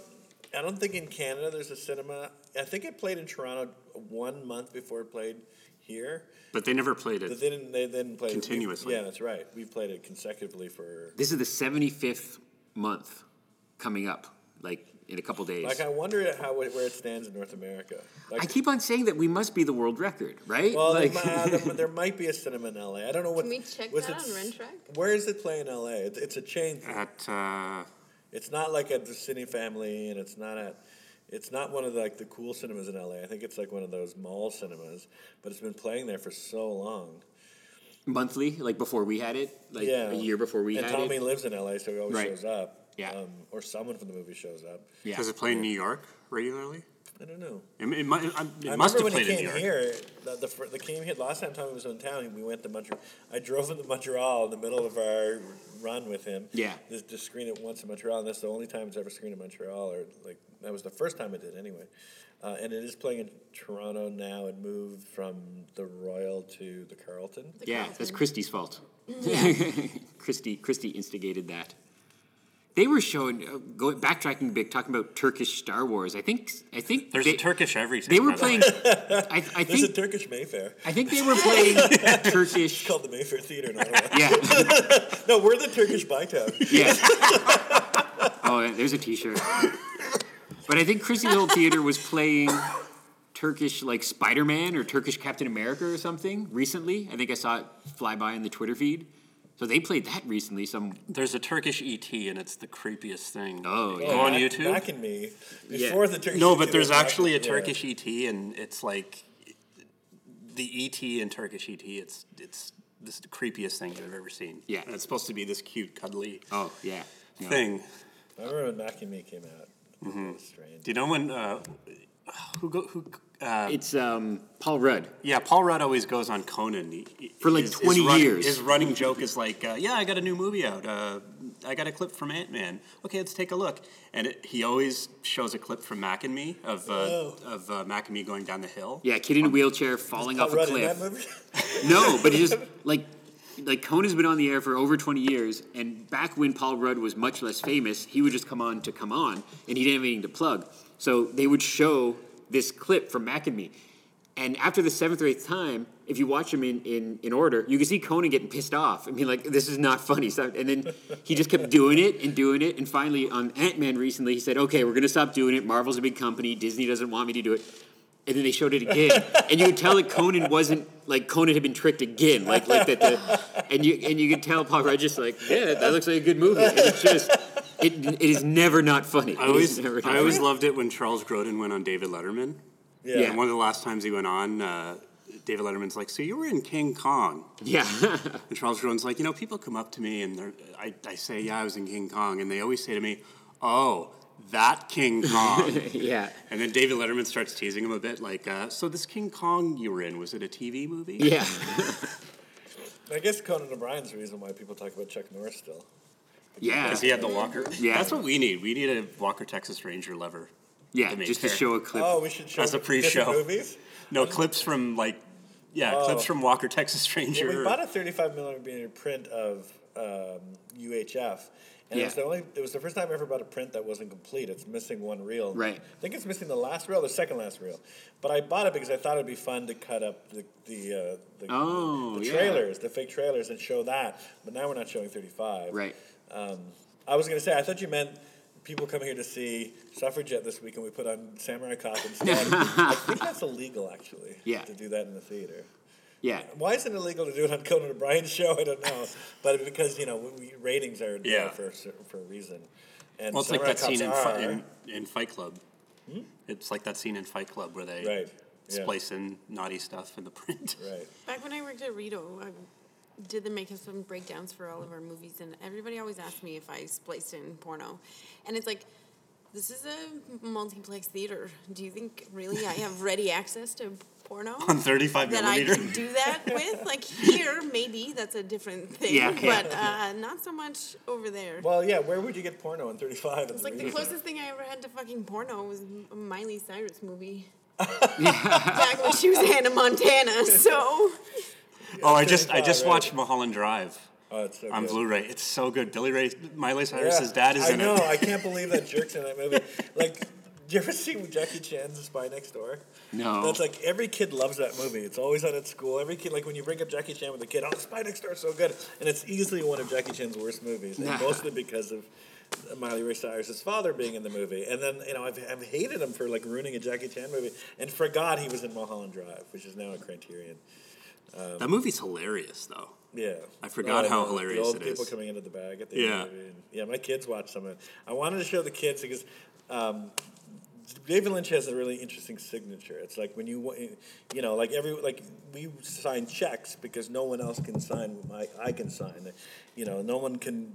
Speaker 3: I don't think in Canada there's a cinema. I think it played in Toronto one month before it played here.
Speaker 5: But they never played
Speaker 3: But
Speaker 5: it.
Speaker 3: they didn't. They didn't play it. We-
Speaker 5: Continuously.
Speaker 3: Yeah, that's right. We've played it consecutively for
Speaker 4: This is the 75th month coming up, like in a couple days.
Speaker 3: Like I wonder how it- where it stands in North America. Like,
Speaker 4: I keep on saying that we must be the world record, right?
Speaker 3: well,
Speaker 4: like,
Speaker 3: there, mi- uh,
Speaker 4: [laughs]
Speaker 3: there, there might be a cinema in LA. I don't know what.
Speaker 2: Can we check
Speaker 3: was
Speaker 2: that
Speaker 3: it
Speaker 2: on
Speaker 3: s-
Speaker 2: Rentrack?
Speaker 3: Where is it playing in LA? It's, it's a chain. thing.
Speaker 5: At uh,
Speaker 3: It's not like at the Cine Family, and it's not at. It's not one of the, like the cool cinemas in LA. I think it's like one of those mall cinemas, but it's been playing there for so long.
Speaker 4: monthly, like before we had it, like
Speaker 3: yeah,
Speaker 4: a year before we
Speaker 3: and
Speaker 4: had
Speaker 3: Tommy
Speaker 4: it.
Speaker 3: lives in LA, so he always
Speaker 4: Right.
Speaker 3: shows up.
Speaker 4: Yeah.
Speaker 3: um, or someone from the movie shows up.
Speaker 4: Yeah.
Speaker 5: does it play in New York regularly?
Speaker 3: I don't know.
Speaker 5: It, it, might, I- it
Speaker 3: I
Speaker 5: must
Speaker 3: remember
Speaker 5: have
Speaker 3: when he
Speaker 5: played in
Speaker 3: came
Speaker 5: New York.
Speaker 3: here. The, the, fir- the came here last time Tommy was in town. We went to Montreal. I drove him to Montreal in the middle of our run with him.
Speaker 4: Yeah.
Speaker 3: Just to screen it once in Montreal, and that's the only time it's ever screened in Montreal, or like that was the first time it did anyway. Uh, and it is playing in Toronto now. It moved from the Royal to the Carlton.
Speaker 4: Yeah, that's Christie's fault. [laughs] Christie, Christie instigated that. They were showing, uh, going backtracking a bit, talking about Turkish Star Wars. I think, I think
Speaker 5: There's
Speaker 4: they,
Speaker 5: a Turkish everything.
Speaker 4: They were
Speaker 5: by the way.
Speaker 4: playing. I, I
Speaker 3: There's a
Speaker 4: think,
Speaker 3: Turkish Mayfair
Speaker 4: I think they were playing
Speaker 5: [laughs]
Speaker 4: Turkish.
Speaker 3: called the Mayfair Theater. In Ottawa. [laughs]
Speaker 4: Yeah,
Speaker 3: no, we're the Turkish Bytown.
Speaker 4: yeah. Oh, there's a T-shirt. But I think Christie's Little Theater was playing Turkish like Spider-Man or Turkish Captain America or something recently. I think I saw it fly by in the Twitter feed. So they played that recently. Some
Speaker 5: There's a Turkish ET, and it's the creepiest thing.
Speaker 4: Oh,
Speaker 5: Go [laughs]
Speaker 4: yeah.
Speaker 5: on
Speaker 3: Back-
Speaker 5: YouTube.
Speaker 3: Back in me. Before the Turkish
Speaker 5: No,
Speaker 3: Theater
Speaker 5: but there's
Speaker 3: was back-
Speaker 5: actually a
Speaker 3: yeah.
Speaker 5: Turkish ET, and it's like the ET in Turkish ET. It's it's this the creepiest thing I've ever seen.
Speaker 4: Yeah.
Speaker 5: and it's supposed to be this cute, cuddly
Speaker 4: oh yeah. No.
Speaker 5: thing.
Speaker 3: I remember when Back in Me came out.
Speaker 5: Mm-hmm.
Speaker 3: It was strange.
Speaker 5: Do you know when? Uh, who go? Who? Uh,
Speaker 4: It's um, Paul Rudd.
Speaker 5: yeah, Paul Rudd always goes on Conan He- he-
Speaker 4: For, like,
Speaker 5: his- his
Speaker 4: 20
Speaker 5: running-
Speaker 4: years.
Speaker 5: His running joke is like, uh, "Yeah, I got a new movie out. Uh, I got a clip from Ant Man. Okay, let's take a look." And it, he always shows a clip from Mac and Me of uh,
Speaker 3: Oh.
Speaker 5: of uh, Mac and Me going down the hill.
Speaker 4: Yeah, kid in a wheelchair falling off
Speaker 3: Paul
Speaker 4: a
Speaker 3: Rudd in
Speaker 4: cliff.
Speaker 3: that movie? [laughs]
Speaker 4: No, but it's just like like Conan's been on the air for over 20 years, and back when Paul Rudd was much less famous, he would just come on to come on, and he didn't have anything to plug. So they would show this clip from Mac and Me. And after the seventh or eighth time, if you watch him in, in, in order, you can see Conan getting pissed off and being like, this is not funny. Stop. And then he just kept doing it and doing it. And finally, on Ant Man recently, he said, okay, we're going to stop doing it. Marvel's a big company. Disney doesn't want me to do it and then they showed it again, and you could tell that Conan wasn't like Conan had been tricked again, like like that. The, and you and you could tell Paul Rudd just like, yeah, that looks like a good movie. And it's just it, it is never not funny.
Speaker 5: I
Speaker 4: It is
Speaker 5: always,
Speaker 4: [laughs] never not
Speaker 5: I always
Speaker 4: funny.
Speaker 5: loved it when Charles Grodin went on David Letterman.
Speaker 3: Yeah.
Speaker 4: Yeah.
Speaker 5: And one of the last times he went on, uh, David Letterman's like, "So you were in King Kong?"
Speaker 4: yeah,
Speaker 5: And Charles Grodin's like, "You know, people come up to me and they're, I, I say, yeah, I was in King Kong,' and they always say to me, "Oh, that King
Speaker 4: [laughs]
Speaker 5: Kong."
Speaker 4: yeah,
Speaker 5: and then David Letterman starts teasing him a bit, like, uh, "So this King Kong you were in was it a TV movie?"
Speaker 4: yeah.
Speaker 3: I guess Conan O'Brien's the reason why people talk about Chuck Norris still.
Speaker 4: Yeah,
Speaker 5: Because he had the walker.
Speaker 4: Yeah.
Speaker 5: That's what we need. We need a Walker Texas Ranger lever.
Speaker 4: yeah.
Speaker 5: the main
Speaker 4: Just to
Speaker 5: character.
Speaker 4: show a clip.
Speaker 3: Oh, we should show
Speaker 5: As a
Speaker 3: different
Speaker 5: pre-show.
Speaker 3: movies.
Speaker 5: No clips from like, yeah,
Speaker 3: Oh.
Speaker 5: clips from Walker Texas
Speaker 3: Yeah,
Speaker 5: Ranger.
Speaker 3: we bought a 35 millimeter print of um, UHF, and it was
Speaker 4: Yeah.
Speaker 3: the only. It was the first time I ever bought a print that wasn't complete. It's missing one reel.
Speaker 4: Right.
Speaker 3: I think it's missing the last reel, the second last reel. But I bought it because I thought it'd be fun to cut up the the uh, the,
Speaker 4: Oh,
Speaker 3: the
Speaker 4: yeah.
Speaker 3: trailers, the fake trailers, and show that. But now we're not showing 35.
Speaker 4: Right.
Speaker 3: Um, I was going to say, I thought you meant people come here to see Suffragette this week and we put on Samurai Cop instead.
Speaker 4: [laughs]
Speaker 3: I think that's illegal, actually,
Speaker 4: Yeah.
Speaker 3: to do that in the theater.
Speaker 4: Yeah,
Speaker 3: Why is it illegal to do it on Conan O'Brien's show? I don't
Speaker 5: [laughs]
Speaker 3: know. But because, you know, we, ratings are there
Speaker 5: Yeah.
Speaker 3: for, a cer- for a reason. And
Speaker 5: Well, it's like
Speaker 3: Samurai
Speaker 5: that scene in,
Speaker 3: Cops
Speaker 5: Fi-
Speaker 3: are- Hmm?
Speaker 5: in, in Fight Club. It's like that scene in Fight Club where they
Speaker 3: Right. Yeah.
Speaker 5: splice in naughty stuff in the print.
Speaker 3: Right.
Speaker 2: Back when I worked at Rito, I did the makeups and breakdowns for all of our movies, and everybody always asked me if I spliced in porno. And it's like, this is a multiplex theater. Do you think really I have ready access to porno?
Speaker 5: [laughs] On 35
Speaker 2: that I
Speaker 5: millimeter.
Speaker 2: could do that with? Like here, maybe that's a different thing,
Speaker 4: Yeah, yeah.
Speaker 2: but uh, not so much over there.
Speaker 3: Well, yeah, where would you get porno in 35?
Speaker 2: it's like the closest thing I ever had to fucking porno was a Miley Cyrus movie. Back when she was Hannah Montana, so
Speaker 5: oh, I just I
Speaker 3: 35,
Speaker 5: just
Speaker 3: right.
Speaker 5: watched Mulholland Drive
Speaker 3: Oh, it's so
Speaker 5: on
Speaker 3: good.
Speaker 5: Blu-ray. It's so good. Billy Ray, Miley Cyrus's dad is
Speaker 3: I
Speaker 5: in
Speaker 3: know.
Speaker 5: it. [laughs]
Speaker 3: I can't believe that jerk's in that movie. Like, [laughs] do you ever see Jackie Chan's Spy Next Door?
Speaker 4: No.
Speaker 3: That's like every kid loves that movie. It's always on at school. Every kid, like when you bring up Jackie Chan with a kid, oh, Spy Next Door is so good, and it's easily one of Jackie Chan's worst movies, and mostly because of. Miley Ray Cyrus's father being in the movie, and then you know I've, I've hated him for like ruining a Jackie Chan movie, and forgot he was in Mulholland Drive, which is now a Criterion.
Speaker 5: That movie's hilarious though.
Speaker 3: Yeah,
Speaker 5: I forgot
Speaker 3: Oh,
Speaker 5: how
Speaker 3: the-
Speaker 5: hilarious
Speaker 3: the old
Speaker 5: it
Speaker 3: people
Speaker 5: is.
Speaker 3: coming into the bag at the end
Speaker 5: Yeah.
Speaker 3: of the movie. yeah. My kids watch some of it. I wanted to show the kids because um, David Lynch has a really interesting signature. It's like when you, wa- you know, like every like we sign checks because no one else can sign. what My I can sign. You know, no one can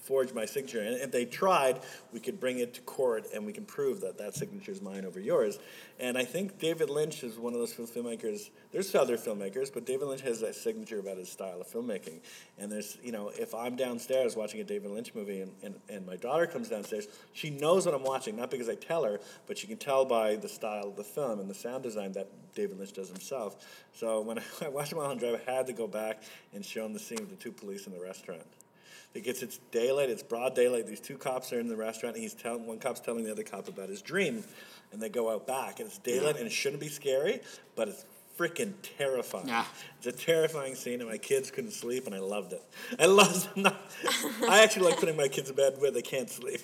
Speaker 3: forge my signature. And if they tried, we could bring it to court and we can prove that that signature is mine over yours. And I think David Lynch is one of those filmmakers. There's other filmmakers, but David Lynch has that signature about his style of filmmaking. And there's, you know, if I'm downstairs watching a David Lynch movie and, and, and my daughter comes downstairs, she knows what I'm watching, not because I tell her, but she can tell by the style of the film and the sound design that David Lynch does himself. So when [laughs] I watched Mulholland Drive, I had to go back and show him the scene of the two police in the restaurant. It gets it's daylight, it's broad daylight. These two cops are in the restaurant, and he's telling one cop's telling the other cop about his dream, and they go out back, and it's daylight, and it shouldn't be scary, but it's freaking terrifying.
Speaker 4: Yeah.
Speaker 3: It's a terrifying scene, and my kids couldn't sleep, and I loved it. I loved. [laughs] I actually like putting my kids in bed where they can't sleep.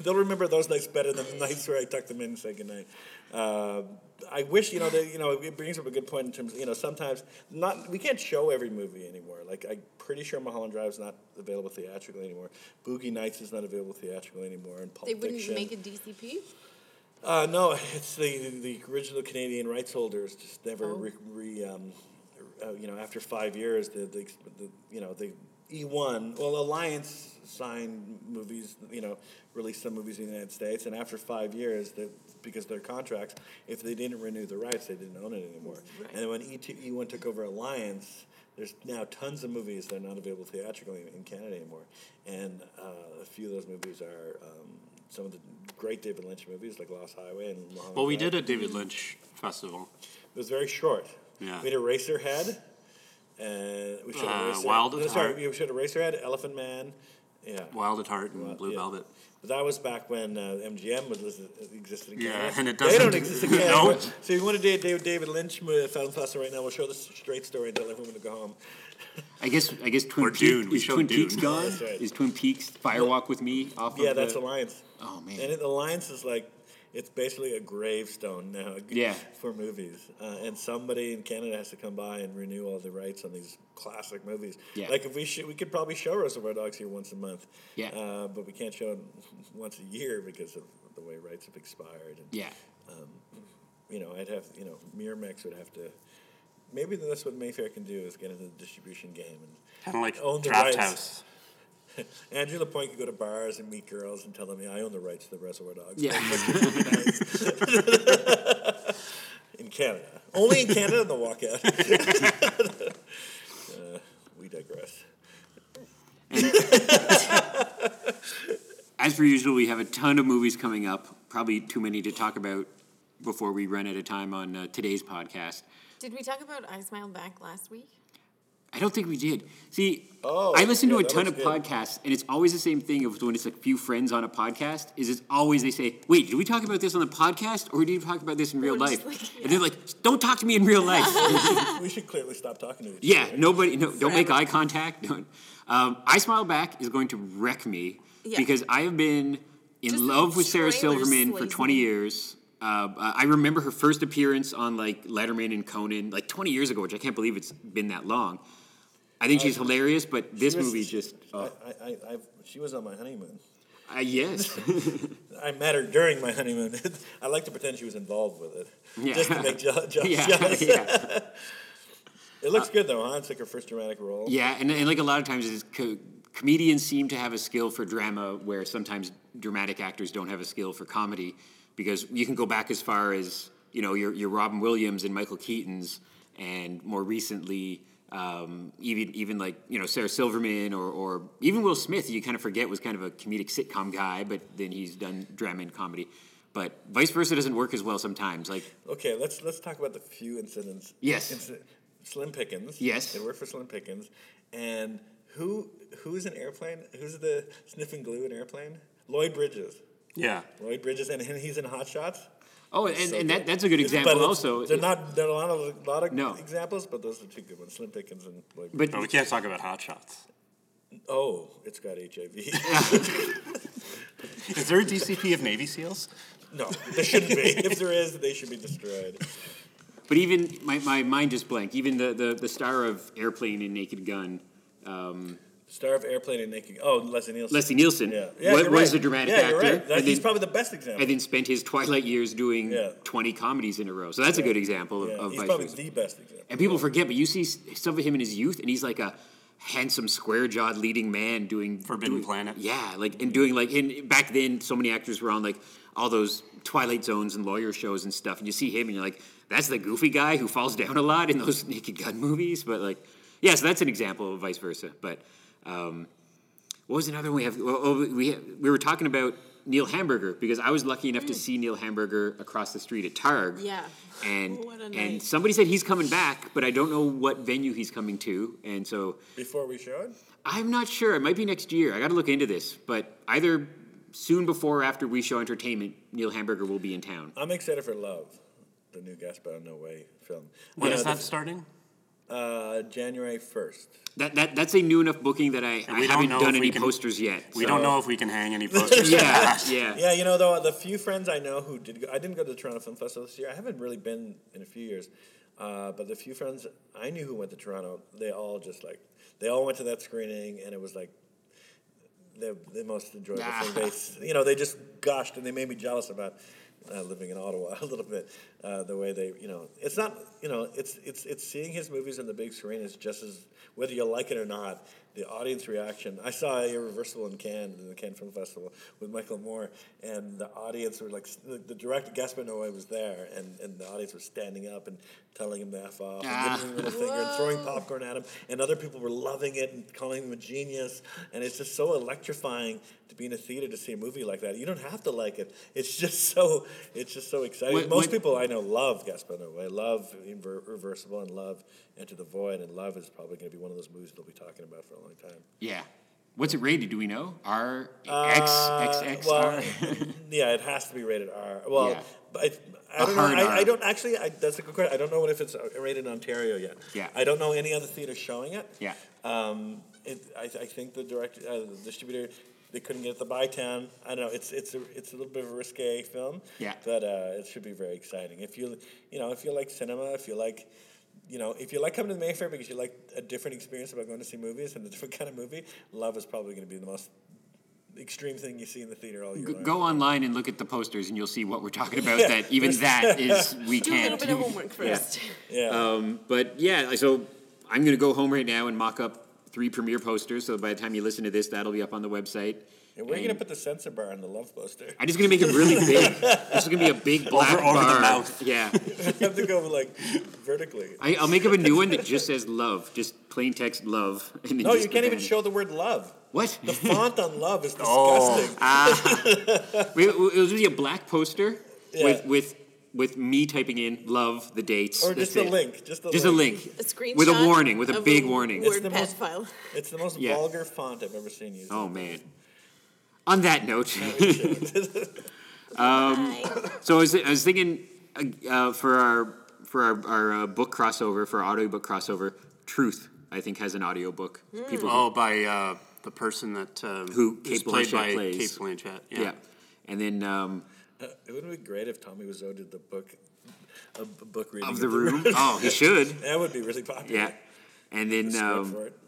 Speaker 3: They'll remember those nights better than the nights where I tuck them in and say goodnight. Uh, I wish you know that you know it brings up a good point in terms of, you know sometimes not we can't show every movie anymore. Like I'm pretty sure Mulholland Drive is not available theatrically anymore. Boogie Nights is not available theatrically anymore. And Pulp
Speaker 2: They wouldn't
Speaker 3: Fiction.
Speaker 2: make a DCP.
Speaker 3: Uh, no, it's the, the original Canadian rights holders just never
Speaker 2: Oh.
Speaker 3: re, re um, uh, you know, after five years, the, the, the you know, the E1, well, Alliance signed movies, you know, released some movies in the United States, and after five years, the, because their contracts, if they didn't renew the rights, they didn't own it anymore.
Speaker 2: Right.
Speaker 3: And then when E E2, E1 took over Alliance, there's now tons of movies that are not available theatrically in Canada anymore, and uh, a few of those movies are um, some of the great David Lynch movies like Lost Highway and Mulholland
Speaker 5: Well, we
Speaker 3: Drive.
Speaker 5: did a David Lynch festival.
Speaker 3: It was very short.
Speaker 5: Yeah.
Speaker 3: We had Eraserhead, and we showed
Speaker 5: Uh,
Speaker 3: Eraserhead.
Speaker 5: Wild
Speaker 3: no,
Speaker 5: at
Speaker 3: sorry,
Speaker 5: Heart.
Speaker 3: we showed Eraserhead, Elephant Man. Yeah.
Speaker 5: Wild at Heart and
Speaker 3: Well,
Speaker 5: Blue
Speaker 3: yeah.
Speaker 5: Velvet.
Speaker 3: But that was back when uh, MGM was lis- existed in
Speaker 5: Yeah,
Speaker 3: Canada.
Speaker 5: and it
Speaker 3: They don't
Speaker 5: doesn't-
Speaker 3: exist in Canada.
Speaker 5: [laughs] No.
Speaker 3: So if you want to date David, David Lynch uh, film festival right now, we'll show the straight story and tell everyone to go home.
Speaker 4: I guess I guess Twin
Speaker 5: Or
Speaker 4: Peaks
Speaker 5: Dune. We
Speaker 4: is
Speaker 5: showed
Speaker 4: Twin
Speaker 5: Dune.
Speaker 4: Peaks gone?
Speaker 3: That's right.
Speaker 4: Is Twin Peaks Firewalk with Me off
Speaker 3: Yeah,
Speaker 4: of the-
Speaker 3: that's Alliance.
Speaker 4: Oh, man.
Speaker 3: And it, Alliance is like it's basically a gravestone now. [laughs]
Speaker 4: Yeah.
Speaker 3: For movies, uh, and somebody in Canada has to come by and renew all the rights on these classic movies.
Speaker 4: Yeah.
Speaker 3: Like if we should, we could probably show Reservoir Dogs here once a month.
Speaker 4: Yeah.
Speaker 3: Uh, but we can't show it [laughs] once a year because of the way rights have expired. And,
Speaker 4: Yeah.
Speaker 3: You know, I'd have you know Miramax would have to. Maybe that's what Mayfair can do is get into the distribution game and
Speaker 5: Kind of like
Speaker 3: Own the
Speaker 5: Draft
Speaker 3: rights.
Speaker 5: House.
Speaker 3: Andrew LaPointe could go to bars and meet girls and tell them, yeah, I own the rights to the Reservoir Dogs.
Speaker 4: Yeah.
Speaker 3: [laughs] in Canada. Only in Canada, they'll walk out. [laughs] uh, we digress.
Speaker 4: As per usual, we have a ton of movies coming up. Probably too many to talk about before we run out of time on uh, today's podcast.
Speaker 2: Did we talk about I Smile Back last week?
Speaker 4: I don't think we did. See,
Speaker 3: Oh,
Speaker 4: I listen to
Speaker 3: yeah,
Speaker 4: a
Speaker 3: that
Speaker 4: ton of
Speaker 3: looks good.
Speaker 4: podcasts, and it's always the same thing. Of when it's like few friends on a podcast, is it's always they say, "Wait, did we talk about this on the podcast, or did you talk about this in real
Speaker 2: We're just
Speaker 4: life?"
Speaker 2: like, yeah.
Speaker 4: And they're like, "Don't talk to me in
Speaker 2: [laughs]
Speaker 4: real life."
Speaker 3: We should clearly stop talking to each
Speaker 4: yeah,
Speaker 3: other.
Speaker 4: nobody, no, don't make
Speaker 2: Forever.
Speaker 4: eye contact. Don't. Um, I smile back is going to wreck me
Speaker 2: Yeah.
Speaker 4: because I have been in
Speaker 2: Just the
Speaker 4: love with Sarah
Speaker 2: trailer
Speaker 4: Silverman for
Speaker 2: slays
Speaker 4: 20
Speaker 2: me.
Speaker 4: years. Uh, I remember her first appearance on like Letterman and Conan, like 20 years ago, which I can't believe it's been that long. I think she's hilarious, but this
Speaker 3: She was-
Speaker 4: movie just,
Speaker 3: I,
Speaker 4: uh,
Speaker 3: I, I, I, she was on my honeymoon.
Speaker 4: uh, yes, [laughs]
Speaker 3: I met her during my honeymoon. [laughs] I like to pretend she was involved with it,
Speaker 4: Yeah.
Speaker 3: just to make Josh jo-
Speaker 4: [laughs] yeah,
Speaker 3: jealous.
Speaker 4: yeah,
Speaker 3: It looks good though. Huh? It's like her first dramatic role.
Speaker 4: yeah, and, and like a lot of times, it's co- comedians seem to have a skill for drama, where sometimes dramatic actors don't have a skill for comedy, because you can go back as far as you know your your Robin Williams and Michael Keaton's, and more recently. Um, even even like you know Sarah Silverman or, or even Will Smith, you kind of forget was kind of a comedic sitcom guy, but then he's done drama and comedy. But vice versa doesn't work as well sometimes. Like
Speaker 3: Okay, let's let's talk about the few incidents.
Speaker 4: Yes.
Speaker 3: Inci- Slim Pickens.
Speaker 4: Yes.
Speaker 3: They work for Slim Pickens, and who who's an airplane? Who's the sniffing glue in airplane? Lloyd Bridges.
Speaker 5: Yeah.
Speaker 3: Lloyd Bridges, and and he's in Hot Shots.
Speaker 4: oh, and, and that, that's a good
Speaker 3: It's-
Speaker 4: example
Speaker 3: but it's-
Speaker 4: also.
Speaker 3: They're not. There are a lot of lot of
Speaker 4: No.
Speaker 3: examples, but those are two good ones: Slim Pickens and Lloyd. Bridges.
Speaker 4: but
Speaker 5: But Oh, we can't talk about Hot Shots.
Speaker 3: oh, it's got HIV.
Speaker 4: [laughs]
Speaker 5: Is there a DCP of Navy SEALs?
Speaker 3: [laughs] no, there shouldn't be. If there is, they should be destroyed.
Speaker 4: But even my, my mind just blank. Even the, the, the star of Airplane and Naked Gun, um,
Speaker 3: Star of Airplane and Naked. Oh, Leslie Nielsen.
Speaker 4: Leslie Nielsen,
Speaker 3: Yeah, yeah
Speaker 4: wa- was,
Speaker 3: you're
Speaker 4: a
Speaker 3: right.
Speaker 4: dramatic
Speaker 3: yeah,
Speaker 4: actor,
Speaker 3: You're right. That-
Speaker 4: and,
Speaker 3: he's
Speaker 4: then,
Speaker 3: probably the best example.
Speaker 4: and then spent his twilight years doing
Speaker 3: Yeah.
Speaker 4: twenty comedies in a row. So that's a good example of,
Speaker 3: Yeah,
Speaker 4: of
Speaker 3: he's
Speaker 4: vice
Speaker 3: probably
Speaker 4: versa.
Speaker 3: the best example.
Speaker 4: And people forget, but you see s- some of him in his youth, and he's like a handsome, square-jawed leading man doing
Speaker 5: Forbidden
Speaker 4: doing-
Speaker 5: Planet.
Speaker 4: Yeah, like and doing like and back then, so many actors were on like all those Twilight Zones and lawyer shows and stuff, and you see him and you're like, that's the goofy guy who falls down a lot in those [laughs] Naked Gun movies. But like, yeah, so that's an example of vice versa. But um, what was another one we have? Oh, oh, we we were talking about Neil Hamburger because I was lucky enough to see Neil Hamburger across the street at Targ.
Speaker 2: Yeah.
Speaker 4: And
Speaker 2: Oh, What a
Speaker 4: and
Speaker 2: night.
Speaker 4: somebody said he's coming back, but I don't know what venue he's coming to, and so
Speaker 3: Before we showed?
Speaker 4: I'm not sure. It might be next year. I got to look into this, but either soon before or after we show entertainment, Neil Hamburger will be in town.
Speaker 3: I'm excited for Love, the new Gaspar No Way film.
Speaker 5: When
Speaker 3: Uh,
Speaker 5: is that
Speaker 3: this-
Speaker 5: starting?
Speaker 3: Uh, January 1st.
Speaker 4: That, that that's a new enough booking that I, I
Speaker 5: we don't
Speaker 4: haven't
Speaker 5: know
Speaker 4: done
Speaker 5: if we
Speaker 4: any
Speaker 5: can-
Speaker 4: posters yet.
Speaker 5: We don't know if we can hang any posters. [laughs]
Speaker 4: yeah, yeah,
Speaker 3: Yeah, you know, though, the few friends I know who did go, I didn't go to the Toronto Film Festival this year. I haven't really been in a few years. Uh, but the few friends I knew who went to Toronto, they all just like, they all went to that screening and it was like, the, the most enjoyable thing. They, s- you know, they just gushed and they made me jealous about uh, living in Ottawa [laughs] a little bit. Uh, the way they, you know, it's not, you know, it's it's it's seeing his movies on the big screen is just as whether you like it or not. The audience reaction. I saw Irreversible in Cannes, in the Cannes Film Festival, with Michael Moore, and the audience were like, s- the, the director Gaspar Noé was there, and, and the audience was standing up and telling him to f off, and giving him a little finger, and throwing
Speaker 2: Whoa.
Speaker 3: popcorn at him, and other people were loving it and calling him a genius. And it's just so electrifying to be in a theater to see a movie like that. You don't have to like it. It's just so it's just so exciting.
Speaker 4: When-
Speaker 3: Most
Speaker 4: when-
Speaker 3: people I know love Gaspar Noé, love Inver- Reversible, and love Enter the Void, and Love is probably going to be one of those movies they'll be talking about for a long time.
Speaker 4: yeah. What's it rated? Do we know? R X
Speaker 5: Uh,
Speaker 4: X X
Speaker 3: Uh,
Speaker 5: [laughs]
Speaker 3: well,
Speaker 4: R.
Speaker 3: [laughs]
Speaker 4: [laughs]
Speaker 3: yeah, it has to be rated R. Well,
Speaker 4: Yeah.
Speaker 3: but it, I
Speaker 4: A
Speaker 3: don't know.
Speaker 4: hard R.
Speaker 3: I, I don't actually. I, that's a good question. I don't know what if it's uh, rated in Ontario yet.
Speaker 4: Yeah.
Speaker 3: I don't know any other theater showing it.
Speaker 4: Yeah.
Speaker 3: Um, it, I, I think the director, uh, the distributor, they couldn't get it to buy town. I don't know. It's it's a it's a little bit of a risque film.
Speaker 4: Yeah.
Speaker 3: But uh, it should be very exciting. If you you know if you like cinema, if you like. You know, if you like coming to the Mayfair because you like a different experience about going to see movies and a different [laughs] kind of movie, Love is probably going to be the most extreme thing you see in the theater all year.
Speaker 4: G-
Speaker 3: long.
Speaker 4: Go online and look at the posters, and you'll see what we're talking about. That even
Speaker 5: [laughs]
Speaker 4: that is we
Speaker 2: Do a little
Speaker 4: can't.
Speaker 2: bit of homework first.
Speaker 3: Yeah.
Speaker 4: Um, but yeah, so I'm going to go home right now and mock up three premiere posters. So by the time you listen to this, that'll be up on the website.
Speaker 3: and we're
Speaker 4: and-
Speaker 3: gonna put the censor bar on the love poster.
Speaker 4: I'm just going to make it really big. this is going to be a big black
Speaker 5: Over- over the
Speaker 4: bar.
Speaker 5: mouth.
Speaker 4: Yeah,
Speaker 3: [laughs] I have to go like vertically.
Speaker 4: I, I'll make up a new one that just says love, just plain text love. [laughs] And then
Speaker 3: No,
Speaker 4: just
Speaker 3: you
Speaker 4: the
Speaker 3: can't even
Speaker 4: banner.
Speaker 3: show the word love.
Speaker 4: What? [laughs]
Speaker 3: The font on love is
Speaker 5: Oh.
Speaker 3: disgusting.
Speaker 4: Wait, it was really a black poster with
Speaker 3: Yeah.
Speaker 4: with with me typing in love, the dates,
Speaker 3: or
Speaker 4: that's
Speaker 3: just a
Speaker 4: it.
Speaker 3: link. Just a
Speaker 4: just a
Speaker 3: link.
Speaker 4: link
Speaker 2: A screenshot
Speaker 4: with a warning, with a
Speaker 2: of
Speaker 4: big warning.
Speaker 2: Word
Speaker 3: the
Speaker 2: pad
Speaker 3: most-
Speaker 2: file.
Speaker 3: It's the most
Speaker 4: Yeah.
Speaker 3: vulgar font I've ever seen [laughs] Uh, used.
Speaker 4: Oh man. On that note. [laughs] Um,
Speaker 2: Hi.
Speaker 4: So I was, I was thinking uh, uh, for our for our, our uh, book crossover for our audiobook crossover, Truth I think has an audiobook. People
Speaker 5: Oh, by uh, the person that um,
Speaker 4: Who Kate
Speaker 5: is played
Speaker 4: Blanchett
Speaker 5: by
Speaker 4: plays.
Speaker 5: Kate Blanchett. Yeah.
Speaker 4: yeah. and then um,
Speaker 3: Uh, it would be great if Tommy Wiseau did the book, a b- book reading
Speaker 4: of the room. [laughs] oh, he should.
Speaker 3: [laughs] That would be really popular.
Speaker 4: Yeah, and then
Speaker 3: Spread
Speaker 4: um,
Speaker 3: for it.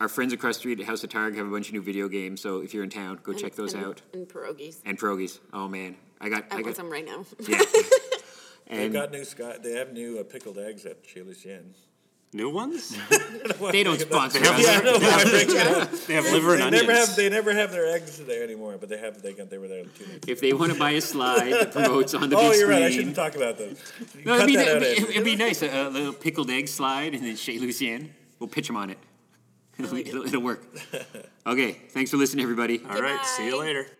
Speaker 4: our friends across the street at House of Targ have a bunch of new video games. So if you're in town, go check those
Speaker 2: And-
Speaker 4: out.
Speaker 2: And pierogies.
Speaker 4: And pierogies. Oh man, I got
Speaker 2: I
Speaker 4: got
Speaker 2: want some right now.
Speaker 4: yeah.
Speaker 3: They've
Speaker 4: [laughs] And
Speaker 3: got new Scott. They have new uh, pickled eggs at Chili's
Speaker 4: [laughs]
Speaker 3: Yen.
Speaker 5: New ones?
Speaker 4: they
Speaker 3: [laughs]
Speaker 4: don't sponsor
Speaker 5: have
Speaker 4: us.
Speaker 3: Yeah, I [laughs] know. I'm bringing it up.
Speaker 5: They have liver and
Speaker 3: They
Speaker 5: onions.
Speaker 3: never have. They never have their eggs there anymore. But they have. They got. They were there two days.
Speaker 4: If they want to buy a slide that promotes on the
Speaker 3: Oh,
Speaker 4: big
Speaker 3: you're
Speaker 4: screen,
Speaker 3: right. I shouldn't talk about them.
Speaker 4: No,
Speaker 3: Cut
Speaker 4: it'd be,
Speaker 3: that
Speaker 4: it'd,
Speaker 3: out,
Speaker 4: be,
Speaker 3: Andrew.
Speaker 4: it'd be nice. A, a little pickled egg slide and then Chez Lucien. We'll pitch him on it. [laughs]
Speaker 3: [laughs]
Speaker 4: It'll, it'll, it'll work. Okay, thanks for listening, everybody.
Speaker 5: All right. See you
Speaker 2: Goodbye.
Speaker 5: later.